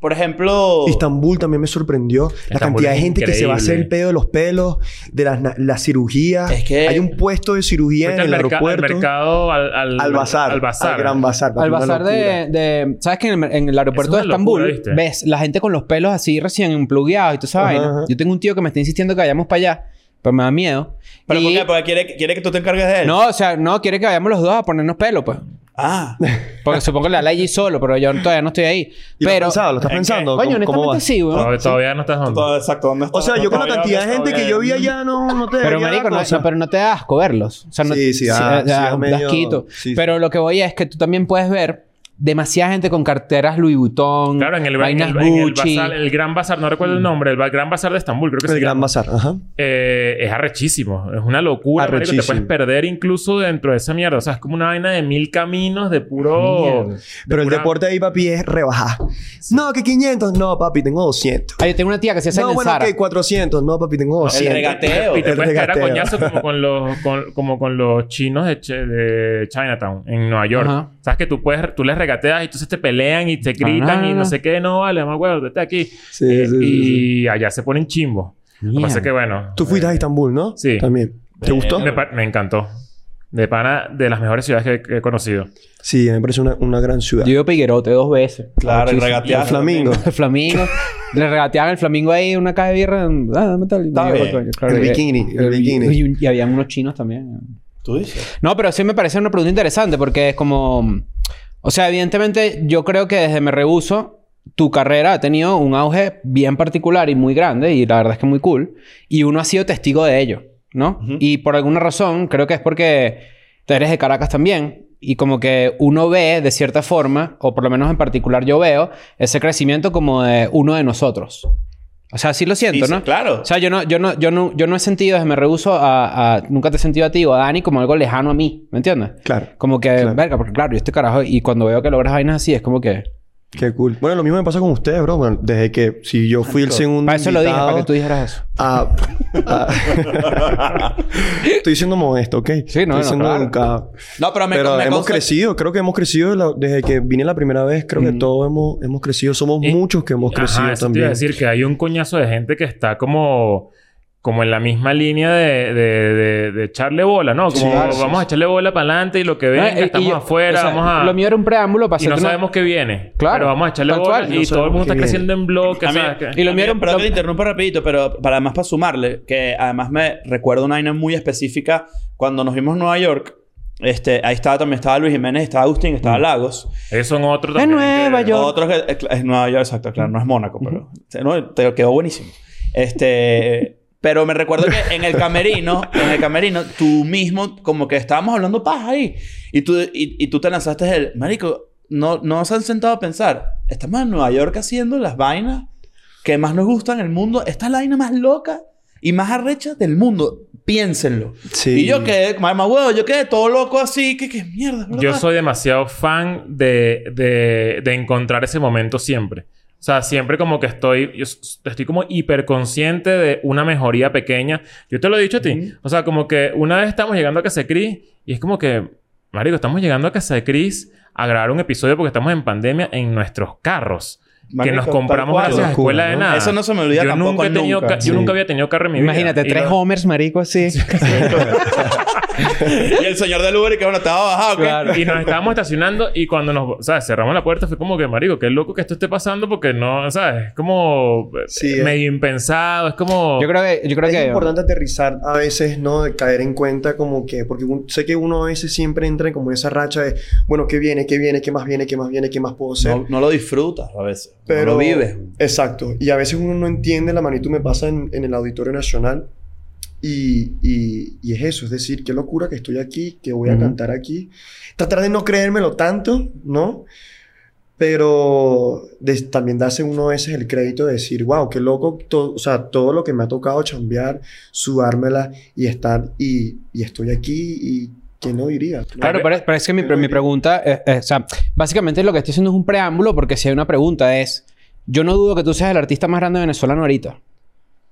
Speaker 5: Por ejemplo...
Speaker 1: Istambul también me sorprendió. la
Speaker 4: Estambul
Speaker 1: cantidad de
Speaker 4: es
Speaker 1: gente que se va a hacer
Speaker 4: increíble.
Speaker 1: el pedo de los pelos, de las, na- las cirugías.
Speaker 5: Es que-
Speaker 1: Hay un puesto de cirugía en
Speaker 4: Fuiste al,
Speaker 1: el
Speaker 4: merca- al
Speaker 1: aeropuerto.
Speaker 4: mercado, al, al,
Speaker 1: al bazar.
Speaker 4: Al bazar.
Speaker 1: gran bazar.
Speaker 2: Al
Speaker 1: Una
Speaker 2: bazar
Speaker 1: locura.
Speaker 2: de, de- ¿Sabes que en el, en el aeropuerto
Speaker 4: Eso
Speaker 2: de
Speaker 4: es una locura,
Speaker 2: Estambul
Speaker 4: ¿viste?
Speaker 2: ves la gente con los pelos así recién plugueados y toda esa
Speaker 1: Ajá,
Speaker 2: vaina?
Speaker 1: ajá.
Speaker 2: Yo tengo un tío que me está insistiendo que vayamos para allá, pero me da miedo.
Speaker 5: ¿Pero
Speaker 2: Y-
Speaker 5: por qué?
Speaker 1: Pues,
Speaker 5: Porque quiere, quiere que tú te encargues de él.
Speaker 2: No, o sea, no, quiere que vayamos los dos a ponernos pelo, pues.
Speaker 5: Ah.
Speaker 2: Porque supongo que la ley solo, pero yo todavía no estoy ahí.
Speaker 1: ¿Y lo has
Speaker 2: Pero.
Speaker 1: pensado? ¿Lo estás
Speaker 5: ¿en qué?
Speaker 1: pensando?
Speaker 2: Coño,
Speaker 1: ¿Cómo- cómo
Speaker 2: honestamente
Speaker 1: va?
Speaker 2: sí, weón.
Speaker 4: Todavía, todavía no estás donde.
Speaker 5: Todo exacto. ¿dónde está?
Speaker 1: O sea, yo con la
Speaker 5: Todavía
Speaker 1: cantidad de
Speaker 5: no
Speaker 1: gente
Speaker 5: está
Speaker 1: que yo vi
Speaker 5: bien.
Speaker 1: allá no, no te
Speaker 2: Pero,
Speaker 1: debería dar
Speaker 2: marico, no,
Speaker 1: cosa.
Speaker 2: no, pero no te da asco verlos. O sea, no,
Speaker 1: Sí, sí,
Speaker 2: o
Speaker 1: ah,
Speaker 2: sea,
Speaker 1: sí, es medio-
Speaker 2: da asquito.
Speaker 1: sí.
Speaker 2: Pero lo que voy es que tú también puedes ver demasiada gente con carteras Louis Vuitton,
Speaker 4: Claro, en el, en
Speaker 2: vainas
Speaker 4: el- en el
Speaker 2: Gucci.
Speaker 4: bazar, el gran bazar, no recuerdo el nombre, el ba- gran bazar de Estambul, creo que
Speaker 1: Mm. El
Speaker 4: se
Speaker 1: gran
Speaker 4: llama.
Speaker 1: bazar. Ajá.
Speaker 4: Eh, es arrechísimo, es una locura, marico, te
Speaker 1: Arrechísimo.
Speaker 4: puedes perder incluso dentro de esa mierda, o sea, es como una vaina de mil caminos de puro
Speaker 2: Mierda.
Speaker 1: Pero el
Speaker 4: pura-
Speaker 1: deporte ahí, papi, es rebajar. No, que 500. No, papi, tengo 200.
Speaker 2: Ah, yo tengo una tía que se hace en
Speaker 1: No,
Speaker 2: el
Speaker 1: bueno,
Speaker 2: Zara.
Speaker 1: ok, 400. No, papi, tengo
Speaker 5: El
Speaker 1: 200.
Speaker 5: regateo.
Speaker 4: y te
Speaker 1: el
Speaker 4: puedes caer a
Speaker 1: regateo.
Speaker 4: coñazo como
Speaker 1: *laughs*
Speaker 4: con los con- como con los chinos de, Ch- de Chinatown en Nueva York.
Speaker 2: Ajá.
Speaker 4: Sabes que tú puedes tú les regateas y entonces te pelean y te gritan
Speaker 2: Ajá.
Speaker 4: y no sé qué, no vale, más huevo, vete aquí.
Speaker 1: Sí, sí,
Speaker 4: Eh,
Speaker 1: sí,
Speaker 4: y
Speaker 1: sí.
Speaker 4: allá se ponen chimbo. Lo que pasa es que bueno,
Speaker 1: Tú fuiste a Istambul, ¿no?
Speaker 4: Sí.
Speaker 1: También. ¿Te
Speaker 5: Eh,
Speaker 1: gustó?
Speaker 4: me, pa- me encantó. De pana de las mejores ciudades que, que he conocido.
Speaker 1: Sí, me parece una, una gran ciudad.
Speaker 2: Yo iba a Piguerote dos veces.
Speaker 5: Claro, el
Speaker 2: Muchísimo.
Speaker 5: regateado.
Speaker 1: el flamingo.
Speaker 2: *laughs* El flamingo. le regateaban el flamingo ahí una caja de birra. Ah, dame tal.
Speaker 5: Está
Speaker 2: Y-
Speaker 5: bien.
Speaker 2: claro,
Speaker 1: El
Speaker 2: eh,
Speaker 1: bikini, el
Speaker 2: y-
Speaker 1: bikini.
Speaker 2: Y, y había unos chinos también.
Speaker 5: Tú dices.
Speaker 2: No, pero sí me parece una pregunta interesante porque es como... O sea, evidentemente yo creo que desde Me Rehuso tu carrera ha tenido un auge bien particular y muy grande y la verdad es que muy cool. Y uno ha sido testigo de ello, ¿no?
Speaker 5: Ujú.
Speaker 2: Y por alguna razón creo que es porque tú eres de Caracas también. Y como que uno ve de cierta forma, o por lo menos en particular yo veo, ese crecimiento como de uno de nosotros. O sea, sí lo siento,
Speaker 5: Sí,
Speaker 2: ¿no?
Speaker 5: sí, Claro.
Speaker 2: O sea, yo no, yo no, yo no, yo no he sentido, desde me rehuso a, a- Nunca te he sentido a ti o a Dani como algo lejano a mí. ¿Me entiendes?
Speaker 1: Claro.
Speaker 2: Como que,
Speaker 1: Claro.
Speaker 2: verga, porque claro, yo este carajo... Y cuando veo que logras vainas así, es como que...
Speaker 1: Qué cool. Bueno, lo mismo me pasa con ustedes, bro. Bueno, desde que si yo fui el segundo.
Speaker 2: Para eso lo dije, para
Speaker 1: invitado
Speaker 2: que tú dijeras eso.
Speaker 1: a- a- Estoy siendo modesto, ¿ok?
Speaker 2: Sí, no,
Speaker 1: Estoy
Speaker 2: no,
Speaker 1: siendo
Speaker 2: claro.
Speaker 1: educado.
Speaker 5: No, pero me
Speaker 1: Pero
Speaker 5: me
Speaker 1: hemos
Speaker 5: consta-
Speaker 1: crecido, creo que hemos crecido la- desde que vine la primera vez. Creo
Speaker 2: Mm.
Speaker 1: que todos hemos, hemos
Speaker 2: Eh,
Speaker 1: crecido. Somos
Speaker 4: Y-
Speaker 1: muchos que hemos crecido
Speaker 4: Ajá, eso te iba
Speaker 1: también.
Speaker 4: a decir que hay un coñazo de gente que está como como en la misma línea de, de, de- de echarle bola, ¿no? Como
Speaker 1: Sí, claro, sí,
Speaker 4: vamos a echarle bola para adelante y lo que
Speaker 2: No,
Speaker 4: venga,
Speaker 2: eh, y
Speaker 4: estamos
Speaker 2: yo-
Speaker 4: afuera,
Speaker 2: o sea,
Speaker 4: vamos a...
Speaker 2: Lo mío era un preámbulo para
Speaker 4: y no
Speaker 2: hacerte una-
Speaker 4: sabemos qué viene.
Speaker 2: Claro,
Speaker 4: Pero vamos a echarle
Speaker 2: tal
Speaker 4: bola
Speaker 2: cual.
Speaker 4: y
Speaker 1: No
Speaker 4: todo el
Speaker 1: sabemos
Speaker 4: mundo
Speaker 1: qué
Speaker 4: está
Speaker 1: viene.
Speaker 4: creciendo en bloque,
Speaker 5: A mí-
Speaker 4: ¿sabes? qué?
Speaker 2: Y lo mío era
Speaker 5: Perdón
Speaker 2: un
Speaker 5: que te interrumpa rapidito, pero para además para sumarle, que además me recuerdo una vaina muy específica cuando nos vimos en Nueva York. Este, ahí estaba también, estaba Luis Jiménez, estaba Agustín, estaba Lagos.
Speaker 4: Ellos son otros
Speaker 2: De
Speaker 4: también.
Speaker 2: Nueva
Speaker 4: que-
Speaker 2: York.
Speaker 5: Otros que- eh, cl- es Nueva York, exacto, claro, no es Mónaco, pero te- no, te quedó buenísimo. Este, *laughs* pero me recuerdo que en el camerino, en el camerino, tú mismo como que estábamos hablando paz ahí y tú y, y tú te lanzaste el marico, no no se han sentado a pensar, estamos en Nueva York haciendo las vainas que más nos gustan en el mundo, esta es la vaina más loca y más arrecha del mundo. Piénsenlo.
Speaker 1: Sí.
Speaker 5: Y yo quedé, mamá huevo, yo quedé todo loco así, que qué mierda, ¿verdad?
Speaker 4: Yo soy demasiado fan de, de, de encontrar ese momento siempre. O sea, siempre como que estoy... Yo s- estoy como hiperconsciente de una mejoría pequeña. Yo te lo he dicho a ti. O sea, como que una vez estamos llegando a Casa de Cris y es como que... Marico, estamos llegando a Casa de Cris a grabar un episodio porque estamos en pandemia en nuestros carros.
Speaker 5: Marico,
Speaker 4: que nos
Speaker 5: tal
Speaker 4: compramos
Speaker 5: cual.
Speaker 4: gracias a la
Speaker 1: Locura,
Speaker 4: escuela de
Speaker 1: ¿no?
Speaker 4: nada.
Speaker 5: Eso no se me olvida
Speaker 4: yo
Speaker 5: tampoco
Speaker 4: nunca he tenido
Speaker 5: nunca.
Speaker 4: ca- Yo
Speaker 1: Sí.
Speaker 4: nunca había tenido carro en mi vida.
Speaker 2: Imagínate,
Speaker 4: Y
Speaker 2: tres
Speaker 4: lo-
Speaker 2: homers, marico, así.
Speaker 5: Y el señor del Uber que bueno, te va a bajar, ¿o qué?
Speaker 2: Claro.
Speaker 4: Y nos estábamos estacionando y cuando nos, o sea, cerramos la puerta fue como que, marico, qué loco que esto esté pasando porque no, ¿sabes? Es como eh,
Speaker 1: Sí, es-
Speaker 4: medio impensado, es como...
Speaker 2: Yo creo que... Yo creo
Speaker 1: es
Speaker 2: que
Speaker 1: importante aterrizar a veces, ¿no? De caer en cuenta como que... Porque un- sé que uno a veces siempre entra como en esa racha de... Bueno, ¿qué viene? ¿Qué viene? ¿Qué más viene? ¿Qué más viene? ¿Qué más puedo hacer?
Speaker 5: No, no lo disfrutas a veces.
Speaker 1: pero
Speaker 5: no lo vives.
Speaker 1: Exacto. Y a veces uno no entiende la magnitud. Me pasa en, en el Auditorio Nacional. Y, y- y es eso. Es decir, qué locura que estoy aquí, que voy a
Speaker 2: Ujú.
Speaker 1: cantar aquí. Tratar de no creérmelo tanto, ¿no? Pero de- también darse uno a veces el crédito de decir, wow, qué loco, to- o sea, todo lo que me ha tocado chambear, sudármela y estar, y, y estoy aquí y que no diría.
Speaker 2: Claro, pero, es- pero es que mi,
Speaker 1: Pero
Speaker 2: mi
Speaker 1: diría-
Speaker 2: pregunta, es- es- o sea, básicamente lo que estoy haciendo es un preámbulo porque si hay una pregunta es, yo no dudo que tú seas el artista más grande venezolano ahorita,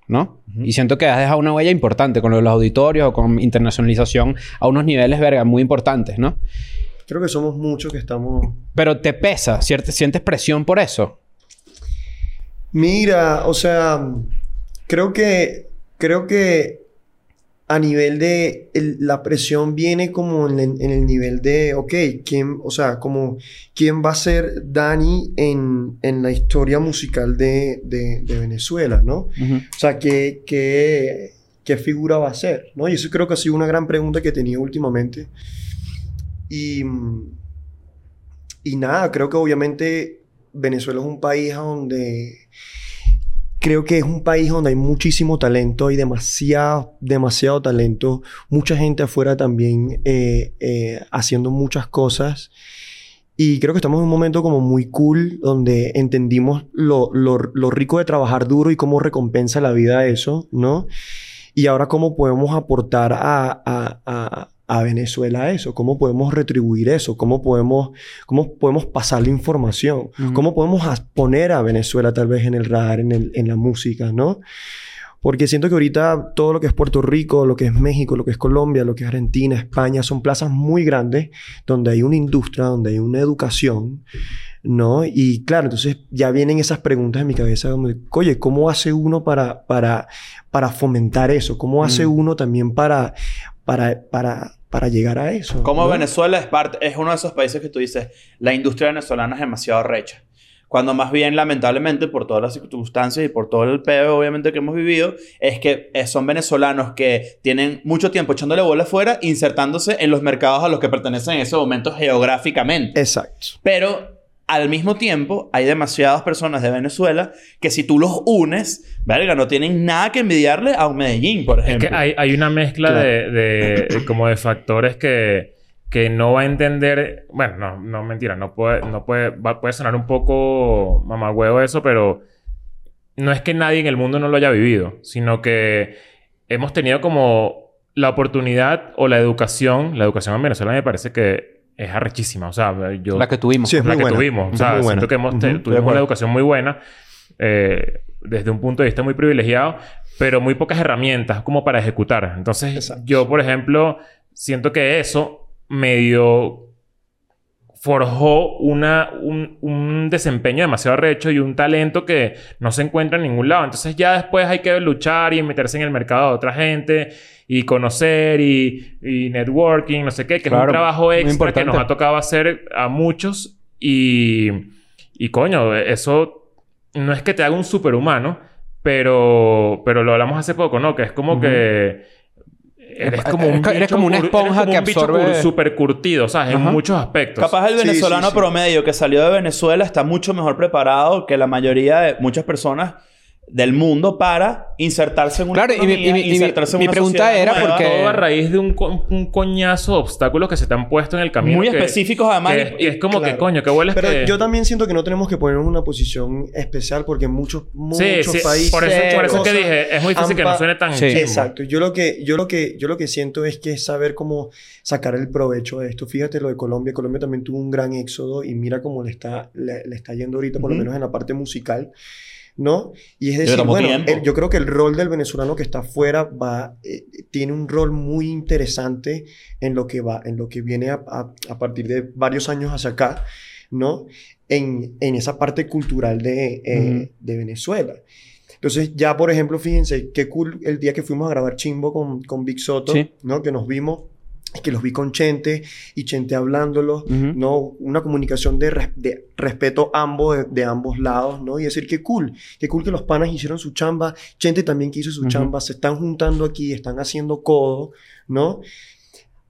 Speaker 2: ¿no? Y siento que has dejado una huella importante con lo de los auditorios o con internacionalización a unos niveles, verga, muy importantes, ¿no?
Speaker 1: Creo que somos muchos que estamos
Speaker 2: Pero te pesa, ¿cierto? ¿Sientes presión por eso?
Speaker 1: Mira, o sea, creo que creo que a nivel de el- la presión viene como en el, en el nivel de, ok, quién, o sea, como quién va a ser Dani en, en la historia musical de, de- de Venezuela, ¿no? O sea, ¿qué, qué, qué figura va a ser? ¿no? Y eso creo que ha sido una gran pregunta que he tenido últimamente. Y, mm, y nada, creo que obviamente Venezuela es un país a donde... Creo que es un país donde hay muchísimo talento y demasiado, demasiado talento. Mucha gente afuera también eh, eh, haciendo muchas cosas. Y creo que estamos en un momento como muy cool donde entendimos lo, lo- lo rico de trabajar duro y cómo recompensa la vida eso, ¿no? Y ahora cómo podemos aportar a, a- a- a Venezuela eso, cómo podemos retribuir eso, cómo podemos, cómo podemos pasar la información,
Speaker 2: Ujú.
Speaker 1: cómo podemos as- poner a Venezuela tal vez en el radar, en, el- en la música, ¿no? Porque siento que ahorita todo lo que es Puerto Rico, lo que es México, lo que es Colombia, lo que es Argentina, España, son plazas muy grandes donde hay una industria, donde hay una educación, ¿no? Y claro, entonces ya vienen esas preguntas en mi cabeza como, de, oye, ¿cómo hace uno para, para, para fomentar eso? ¿Cómo hace
Speaker 2: Mm.
Speaker 1: uno también para, para, para, para llegar a eso?
Speaker 5: Como
Speaker 1: ¿no?
Speaker 5: Venezuela es parte, es uno de esos países que tú dices, la industria venezolana es demasiado recha. Cuando más bien, lamentablemente, por todas las circunstancias y por todo el peo, obviamente, que hemos vivido, es que eh, son venezolanos que tienen mucho tiempo echándole bola afuera, insertándose en los mercados a los que pertenecen en ese momento geográficamente.
Speaker 1: Exacto.
Speaker 5: Pero al mismo tiempo, hay demasiadas personas de Venezuela que si tú los unes, verga, no tienen nada que envidiarle a un Medellín, por
Speaker 4: Es
Speaker 5: ejemplo.
Speaker 4: que hay, hay una mezcla
Speaker 1: Claro.
Speaker 4: de, de- de- como de factores que, que no va a entender. Bueno, no, no mentira, no puede, no puede, va- puede sonar un poco mamagüeo eso, pero no es que nadie en el mundo no lo haya vivido, sino que hemos tenido como la oportunidad o la educación. La educación en Venezuela me parece que es arrechísima. O sea, yo
Speaker 2: La que tuvimos.
Speaker 1: Sí, es
Speaker 4: la
Speaker 1: muy
Speaker 4: que
Speaker 1: buena.
Speaker 4: tuvimos. O
Speaker 1: Es
Speaker 4: sea,
Speaker 1: muy buena.
Speaker 4: siento que hemos te-
Speaker 1: Ujú, de
Speaker 4: tuvimos una
Speaker 1: acuerdo.
Speaker 4: educación muy buena eh, desde un punto de vista muy privilegiado, pero muy pocas herramientas como para ejecutar. Entonces,
Speaker 1: Exacto.
Speaker 4: yo, por ejemplo, siento que eso medio forjó una, un, un desempeño demasiado recho y un talento que no se encuentra en ningún lado. Entonces ya después hay que luchar y meterse en el mercado de otra gente y conocer y, y networking, no sé qué, que es
Speaker 2: Claro,
Speaker 4: un trabajo
Speaker 2: muy
Speaker 4: extra que nos
Speaker 2: importante.
Speaker 4: ha tocado hacer a muchos y, y coño, eso no es que te haga un superhumano, pero, pero lo hablamos hace poco, ¿no? Que es como
Speaker 2: Ujú.
Speaker 4: que... Eres como, un
Speaker 2: Eres
Speaker 4: bicho
Speaker 2: como una
Speaker 4: cur- eres
Speaker 2: esponja
Speaker 4: como
Speaker 2: que
Speaker 4: un bicho
Speaker 2: absorbe-
Speaker 4: cur- súper curtido, ¿sabes?
Speaker 2: Ajá.
Speaker 4: En muchos aspectos.
Speaker 5: Capaz el
Speaker 1: Sí, sí,
Speaker 5: venezolano
Speaker 1: sí.
Speaker 5: promedio que salió de Venezuela está mucho mejor preparado que la mayoría de muchas personas del mundo para insertarse en una
Speaker 2: Claro, y mi-
Speaker 5: economía,
Speaker 2: y mi- y mi-
Speaker 5: insertarse en
Speaker 2: mi
Speaker 5: una
Speaker 2: pregunta
Speaker 5: sociedad
Speaker 2: era
Speaker 5: nueva.
Speaker 2: por qué-
Speaker 4: Todo a raíz de un, co- un coñazo de obstáculos que se te han puesto en el camino.
Speaker 5: Muy
Speaker 4: que-
Speaker 5: específicos además.
Speaker 4: que es- que es como
Speaker 1: Claro.
Speaker 4: que coño, que hueles
Speaker 1: Pero
Speaker 4: que...
Speaker 1: yo también siento que no tenemos que ponernos en una posición especial porque muchos,
Speaker 4: Sí,
Speaker 1: muchos
Speaker 4: sí.
Speaker 1: países.
Speaker 4: Por eso, por eso es que
Speaker 1: cosas-
Speaker 4: dije, es muy difícil que
Speaker 1: Ampa-
Speaker 4: no suene tan
Speaker 2: Sí.
Speaker 4: chimbo.
Speaker 1: Exacto. Yo lo que, yo lo que, yo lo que siento es que es saber cómo sacar el provecho de esto. Fíjate lo de Colombia. Colombia también tuvo un gran éxodo y mira cómo le está, le, le está yendo ahorita, por
Speaker 5: Ujú.
Speaker 1: lo menos en la parte musical. ¿No? Y es
Speaker 5: le
Speaker 1: decir,
Speaker 5: tomó
Speaker 1: bueno,
Speaker 5: tiempo.
Speaker 1: el- yo creo que el rol del venezolano que está afuera va, eh, tiene un rol muy interesante en lo que va, en lo que viene a, a- a partir de varios años hacia acá, ¿no? En, en esa parte cultural de, eh, de Venezuela. Entonces, ya por ejemplo, fíjense, qué cool el día que fuimos a grabar Chimbo con, con Big Soto,
Speaker 2: Sí.
Speaker 1: ¿no? Que nos vimos, que los vi con Chente y Chente hablándolos,
Speaker 2: Ujú.
Speaker 1: ¿no? Una comunicación de, res- de respeto ambos, de, de ambos lados, ¿no? Y decir, qué cool, qué cool que los panas hicieron su chamba, Chente también que hizo su
Speaker 2: Ujú.
Speaker 1: chamba, se están juntando aquí, están haciendo codo, ¿no?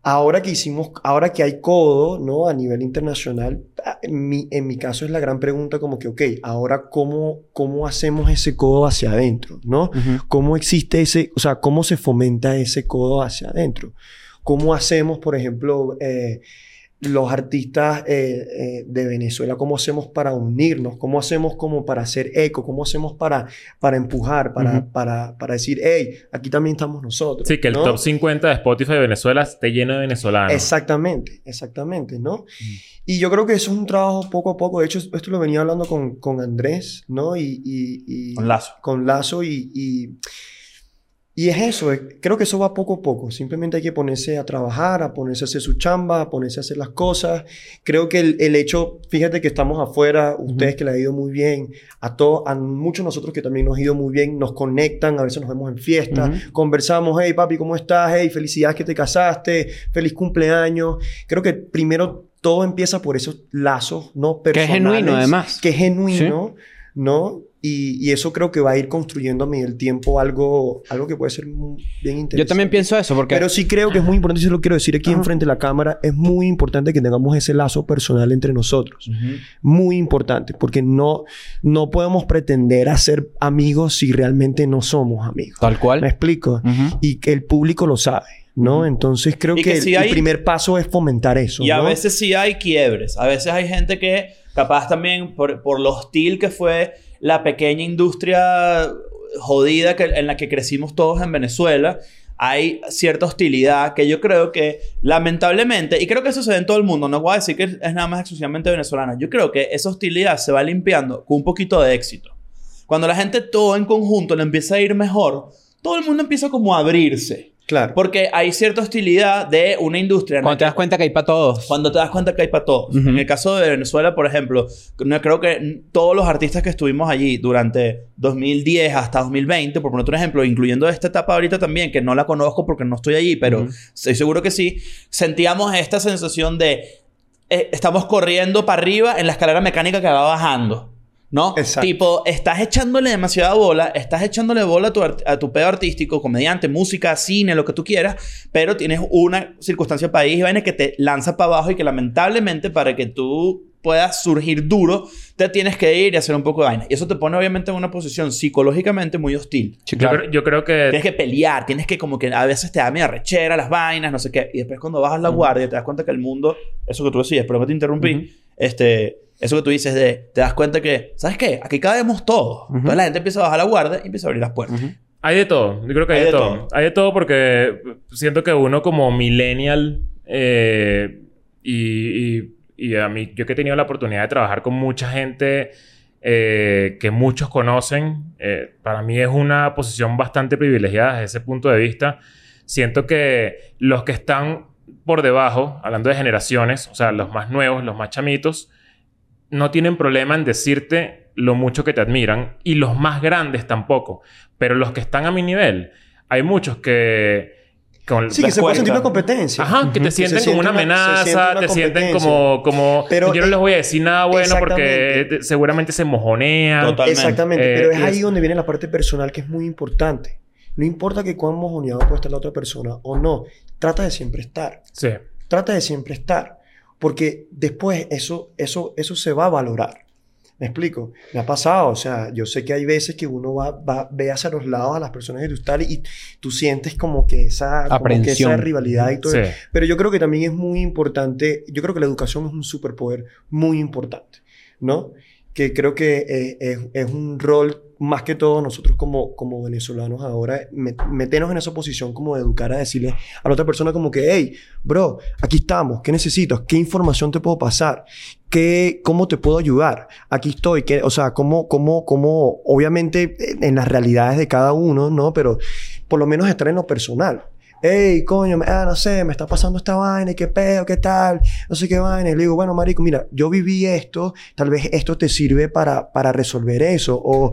Speaker 1: Ahora que hicimos, ahora que hay codo, ¿no? A nivel internacional, ah, en mi, en mi caso es la gran pregunta como que, ok, ahora cómo, cómo hacemos ese codo hacia adentro, ¿no?
Speaker 2: Ujú.
Speaker 1: ¿Cómo existe ese, o sea, cómo se fomenta ese codo hacia adentro? ¿Cómo hacemos, por ejemplo, eh, los artistas eh, eh, de Venezuela, cómo hacemos para unirnos? ¿Cómo hacemos como para hacer eco? ¿Cómo hacemos para, para empujar, para,
Speaker 2: Ujú.
Speaker 1: para, para decir, hey, aquí también estamos nosotros?
Speaker 4: Sí, que el
Speaker 1: ¿no?
Speaker 4: top 50 de Spotify de Venezuela esté lleno de venezolanos.
Speaker 1: Exactamente, exactamente, ¿no?
Speaker 4: Mm.
Speaker 1: Y yo creo que eso es un trabajo poco a poco. De hecho, esto lo venía hablando con, con Andrés, ¿no? Y, y- y-
Speaker 5: Con Lazo.
Speaker 1: Con Lazo y, y, y es eso. es- Creo que eso va poco a poco. Simplemente hay que ponerse a trabajar, a ponerse a hacer su chamba, a ponerse a hacer las cosas. Creo que el, el hecho, fíjate que estamos afuera, ustedes que le ha ido muy bien, a todos, a muchos nosotros que también nos ha ido muy bien, nos conectan, a veces nos vemos en fiestas,
Speaker 2: Ujú.
Speaker 1: conversamos, hey papi, ¿cómo estás? Hey, felicidades que te casaste, feliz cumpleaños. Creo que primero todo empieza por esos lazos, ¿no?
Speaker 2: Que es
Speaker 1: Personales,
Speaker 2: genuino, además.
Speaker 1: Que es genuino, ¿no? Y, y eso creo que va a ir construyendo a medida del tiempo algo, algo que puede ser muy- bien interesante.
Speaker 2: Yo también pienso eso porque...
Speaker 1: Pero sí creo que es muy importante, y se lo quiero decir aquí enfrente de la cámara, es muy importante que tengamos ese lazo personal entre nosotros. Muy importante, porque no, no podemos pretender hacer amigos si realmente no somos amigos.
Speaker 2: Tal cual.
Speaker 1: ¿Me explico?
Speaker 2: Ujú.
Speaker 1: Y que el público lo sabe, ¿no? Entonces creo
Speaker 5: Y
Speaker 1: que,
Speaker 5: que
Speaker 1: el,
Speaker 5: si hay-
Speaker 1: el primer paso es fomentar eso.
Speaker 5: Y a
Speaker 1: ¿no?
Speaker 5: veces sí hay quiebres. A veces hay gente que, capaz también por, por lo hostil que fue la pequeña industria jodida que, en la que crecimos todos en Venezuela, hay cierta hostilidad que yo creo que, lamentablemente, y creo que eso se ve en todo el mundo, no voy a decir que es nada más exclusivamente venezolana, yo creo que esa hostilidad se va limpiando con un poquito de éxito. Cuando la gente todo en conjunto le empieza a ir mejor, todo el mundo empieza como a abrirse.
Speaker 1: Claro.
Speaker 5: Porque hay cierta hostilidad de una industria. en la
Speaker 2: Cuando te das cuenta que hay para todos.
Speaker 5: cuando te das cuenta que hay para todos.
Speaker 2: Ujú.
Speaker 5: En el caso de Venezuela, por ejemplo, no creo que n- todos los artistas que estuvimos allí durante 2010 hasta 2020, por poner otro ejemplo, incluyendo esta etapa ahorita también, que no la conozco porque no estoy allí, pero
Speaker 2: Ujú.
Speaker 5: estoy seguro que sí, sentíamos esta sensación de eh, estamos corriendo para arriba en la escalera mecánica que va bajando. ¿No?
Speaker 1: Exacto.
Speaker 5: Tipo, estás echándole demasiada bola, estás echándole bola a tu, art- a tu pedo artístico, comediante, música, cine, lo que tú quieras, pero tienes una circunstancia país y vaina que te lanza para abajo y que lamentablemente para que tú puedas surgir duro, te tienes que ir y hacer un poco de vaina. Y eso te pone obviamente en una posición psicológicamente muy hostil.
Speaker 2: Sí,
Speaker 4: Yo,
Speaker 2: claro.
Speaker 4: creo, yo creo
Speaker 5: Tienes
Speaker 4: que...
Speaker 2: Eh,
Speaker 5: que pelear, tienes que como que a veces te da media rechera, las vainas, no sé qué. Y después cuando bajas la guardia te das cuenta que el mundo, eso que tú decías, pero que te interrumpí,
Speaker 2: Ujú.
Speaker 5: este, eso que tú dices de, te das cuenta que, ¿sabes qué? Aquí cabemos todos.
Speaker 2: Ujú.
Speaker 5: Entonces la gente empieza a bajar la guardia y empieza a abrir las puertas.
Speaker 2: Ujú.
Speaker 4: Hay de todo. Yo creo que hay, de, todo. Hay de todo porque siento que uno como millennial eh, y, y- y a mí... Yo que he tenido la oportunidad de trabajar con mucha gente eh, que muchos conocen, eh, para mí es una posición bastante privilegiada desde ese punto de vista. Siento que los que están por debajo, hablando de generaciones, o sea, los más nuevos, los más chamitos, no tienen problema en decirte lo mucho que te admiran y los más grandes tampoco. Pero los que están a mi nivel, hay muchos que... con-
Speaker 1: Sí, que se puede
Speaker 5: cuenta.
Speaker 1: sentir una competencia.
Speaker 4: Ajá, que te sienten como una
Speaker 1: siente una- se
Speaker 4: amenaza,
Speaker 1: siente una
Speaker 4: te sienten
Speaker 1: competencia.
Speaker 4: como, como
Speaker 1: Pero,
Speaker 4: yo no
Speaker 1: eh,
Speaker 4: les voy a decir nada bueno porque
Speaker 1: exactamente.
Speaker 4: te- seguramente se mojonean.
Speaker 5: Total. Totalmente.
Speaker 1: Exactamente.
Speaker 4: Eh,
Speaker 1: pero es
Speaker 4: y es-
Speaker 1: ahí donde viene la parte personal que es muy importante. No importa que cuán mojoneado pueda estar la otra persona o no, trata de siempre estar.
Speaker 4: Sí,
Speaker 1: Trata de siempre estar. Porque después eso, eso, eso se va a valorar. Me explico. Me ha pasado. O sea, yo sé que hay veces que uno va, va- ve hacia los lados a las personas que tú estás y tú sientes como que esa, como que esa
Speaker 2: Aprensión.
Speaker 1: rivalidad y todo
Speaker 4: sí.
Speaker 1: pero yo creo que también es muy importante, yo creo que la educación es un superpoder muy importante, ¿no? Que creo que eh, es, es un rol, más que todo nosotros como, como venezolanos ahora, me- meternos en esa posición como de educar a decirle a la otra persona como que, hey, bro, aquí estamos, ¿qué necesitas? ¿Qué información te puedo pasar? ¿Qué, ¿Cómo te puedo ayudar? Aquí estoy, ¿qué- o sea, cómo, cómo, cómo, obviamente en- en las realidades de cada uno, ¿no? Pero por lo menos estar en lo personal. Ey, coño, me- ah, no sé, me está pasando esta vaina, y qué pedo, qué tal, no sé qué vaina. Y le digo, bueno, marico, mira, yo viví esto, tal vez esto te sirve para, para resolver eso. O,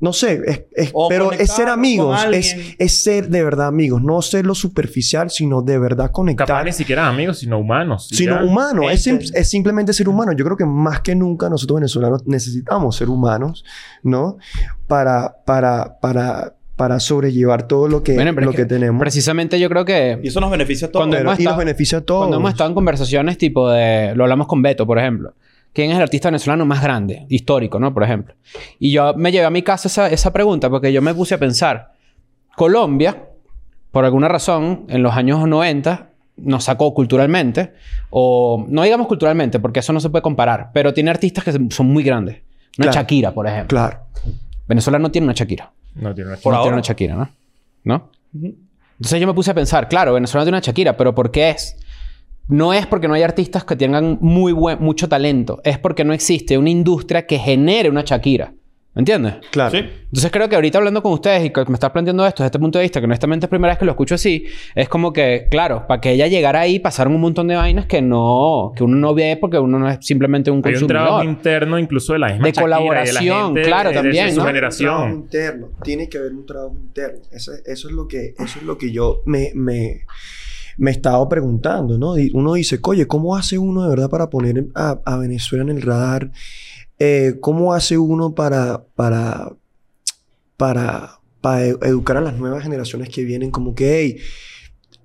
Speaker 1: no sé, es- es-
Speaker 5: O
Speaker 1: pero es ser
Speaker 5: conectar con
Speaker 1: amigos, es,
Speaker 5: alguien.
Speaker 1: es ser de verdad amigos, no ser lo superficial, sino de verdad
Speaker 4: Capaz
Speaker 1: conectar.
Speaker 4: ni siquiera amigos, sino humanos. y
Speaker 1: Sino
Speaker 4: ya.
Speaker 1: humano, es, sim-
Speaker 5: Entiendo.
Speaker 1: es simplemente ser humano. Yo creo que más que nunca nosotros venezolanos necesitamos ser humanos, ¿no? Para, para, para, para sobrellevar todo lo que,
Speaker 2: Bueno, pero
Speaker 1: lo
Speaker 2: es
Speaker 1: que,
Speaker 2: que
Speaker 1: tenemos.
Speaker 2: Precisamente yo creo que
Speaker 5: Y eso nos beneficia a todos.
Speaker 2: Cuando-
Speaker 1: Pero-
Speaker 2: hemos
Speaker 1: y nos
Speaker 2: estado-
Speaker 1: beneficia a todos.
Speaker 2: Cuando hemos estado en conversaciones tipo de... Lo hablamos con Beto, por ejemplo. ¿Quién es el artista venezolano más grande? Histórico, ¿no? Por ejemplo. Y yo me llevé a mi casa esa, esa pregunta porque yo me puse a pensar. Colombia, por alguna razón, en los años 90 nos sacó culturalmente. O... No digamos culturalmente porque eso no se puede comparar. Pero tiene artistas que se- son muy grandes. Una
Speaker 1: Claro.
Speaker 2: Shakira, por ejemplo.
Speaker 1: Claro.
Speaker 2: Venezuela no tiene una Shakira.
Speaker 4: No tiene una
Speaker 5: Por
Speaker 2: no
Speaker 5: ahora.
Speaker 2: tiene una Shakira, ¿no? ¿No? Entonces yo me puse a pensar, claro, Venezuela tiene una Shakira, pero ¿por qué es? No es porque no hay artistas que tengan muy buen, mucho talento, es porque no existe una industria que genere una Shakira. ¿Me entiendes?
Speaker 1: Claro.
Speaker 5: Sí.
Speaker 2: Entonces creo que ahorita hablando con ustedes y que me estás planteando esto desde este punto de vista, que honestamente es la primera vez que lo escucho así, es como que, claro, para que ella llegara ahí pasaron un montón de vainas que no, que uno no ve porque uno no es simplemente
Speaker 4: Hay
Speaker 2: un
Speaker 4: un
Speaker 2: consumidor.
Speaker 4: trabajo interno incluso de la misma
Speaker 2: De
Speaker 4: Shakira y la
Speaker 2: colaboración,
Speaker 4: gente
Speaker 2: claro,
Speaker 4: de- de
Speaker 2: también,
Speaker 4: su
Speaker 2: ¿no?
Speaker 1: Un trabajo
Speaker 4: generación.
Speaker 1: interno. Tiene que haber un trabajo interno. Eso, eso es lo que, eso es lo que yo me, me, me he estado preguntando, ¿no? Y Uno dice, oye, ¿cómo hace uno de verdad para poner a, a Venezuela en el radar? Eh, ¿Cómo hace uno para, para, para, para e- educar a las nuevas generaciones que vienen? Como que, hey,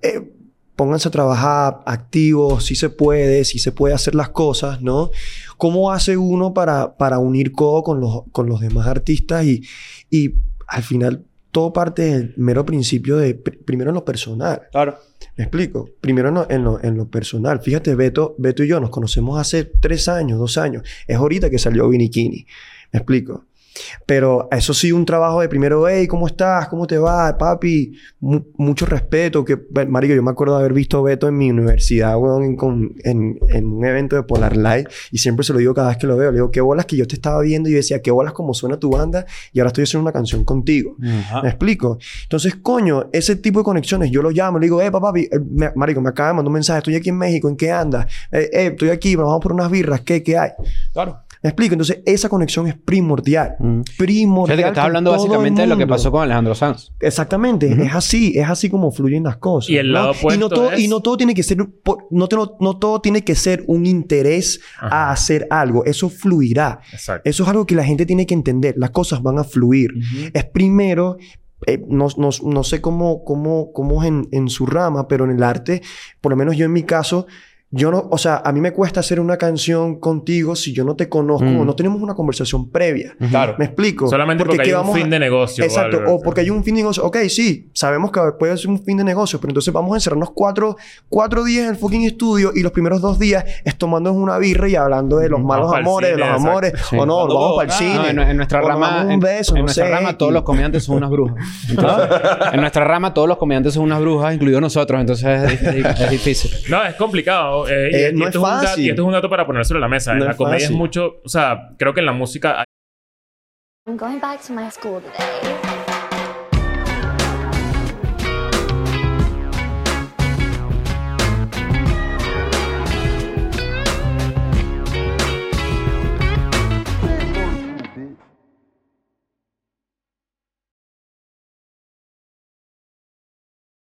Speaker 1: eh, pónganse a trabajar activos, si se puede, si se puede hacer las cosas, ¿no? ¿Cómo hace uno para, para unir codo con los, con los demás artistas? Y, y al final todo parte del mero principio de, pr- primero en lo personal.
Speaker 5: Claro.
Speaker 1: Me explico. Primero en lo, en lo- en lo personal. Fíjate, Beto, Beto y yo nos conocemos hace tres años, dos años. Es ahorita que salió Vinikini. Me explico. Pero eso sí, un trabajo de primero, hey, ¿cómo estás? ¿Cómo te va, papi? Mu- mucho respeto. Que, bueno, marico, yo me acuerdo de haber visto a Beto en mi universidad, weón, en, con- en- en un evento de Polar Light. Y siempre se lo digo cada vez que lo veo. Le digo, qué bolas que yo te estaba viendo. Y yo decía, qué bolas como suena tu banda. Y ahora estoy haciendo una canción contigo.
Speaker 5: Ajá.
Speaker 1: ¿Me explico? Entonces, coño, ese tipo de conexiones, yo lo llamo, le digo, eh, papá, vi- eh, me- marico, me acaba de mandar un mensaje, estoy aquí en México, ¿en qué andas? Eh, eh, estoy aquí, pero vamos por unas birras, ¿qué, qué hay?
Speaker 5: Claro.
Speaker 1: ¿Me explico? Entonces, esa conexión es primordial.
Speaker 2: Mm.
Speaker 1: Primordial.
Speaker 2: Fíjate que estás
Speaker 1: con
Speaker 2: hablando
Speaker 1: todo el
Speaker 2: básicamente de lo que
Speaker 1: mundo.
Speaker 2: pasó con Alejandro Sanz.
Speaker 1: Exactamente, es así, es así como fluyen las cosas.
Speaker 4: Y el
Speaker 1: ¿no?
Speaker 4: lado
Speaker 1: y no
Speaker 4: opuesto
Speaker 1: todo
Speaker 4: es-
Speaker 1: y no todo tiene que ser por- no, te lo- no todo tiene que ser un interés a
Speaker 4: Ajá.
Speaker 1: hacer algo, eso fluirá.
Speaker 4: Exacto.
Speaker 1: Eso es algo que la gente tiene que entender. Las cosas van a fluir. Es primero, eh, no, no- no sé cómo, cómo, cómo es en, en su rama, pero en el arte, por lo menos yo en mi caso, yo no, o sea, a mí me cuesta hacer una canción contigo si yo no te conozco
Speaker 2: Mm.
Speaker 1: o no tenemos una conversación previa.
Speaker 5: Claro.
Speaker 1: ¿Me explico?
Speaker 4: Solamente porque,
Speaker 1: ¿qué
Speaker 4: hay un
Speaker 1: vamos a-
Speaker 4: fin de negocio. o
Speaker 1: Exacto,
Speaker 4: algo.
Speaker 1: o porque hay un fin de negocio. Ok, sí, sabemos que puede ser un fin de negocio, pero entonces vamos a encerrarnos cuatro, cuatro días en el fucking estudio y los primeros dos días es tomándonos una birra y hablando de los
Speaker 4: Vamos
Speaker 1: malos
Speaker 4: pa'l
Speaker 1: amores,
Speaker 4: cine,
Speaker 1: de los
Speaker 4: exacto.
Speaker 1: amores,
Speaker 2: Sí.
Speaker 1: o no,
Speaker 5: Cuando
Speaker 1: vamos para el
Speaker 5: vos-
Speaker 1: cine.
Speaker 5: Ah,
Speaker 2: No, en, en nuestra
Speaker 1: o nos
Speaker 2: rama,
Speaker 1: damos
Speaker 2: en-
Speaker 1: un beso,
Speaker 2: en,
Speaker 1: no
Speaker 2: nuestra
Speaker 1: sé, ¿Ah?
Speaker 2: rama
Speaker 1: X.
Speaker 2: todos los comediantes son unas
Speaker 1: *laughs*
Speaker 2: brujas. Entonces, en nuestra rama todos los comediantes son unas brujas, incluidos nosotros. Entonces es, di- es difícil.
Speaker 4: No, es complicado. eh, y-
Speaker 1: Eh,
Speaker 4: y
Speaker 1: no
Speaker 4: esto
Speaker 1: es
Speaker 4: un dato-
Speaker 1: fácil.
Speaker 4: y esto es un dato para ponérselo a la mesa. En
Speaker 1: No
Speaker 4: la
Speaker 1: es
Speaker 4: comedia
Speaker 1: fácil.
Speaker 4: es mucho... O sea, creo que en la música
Speaker 3: I'm going back to my school today.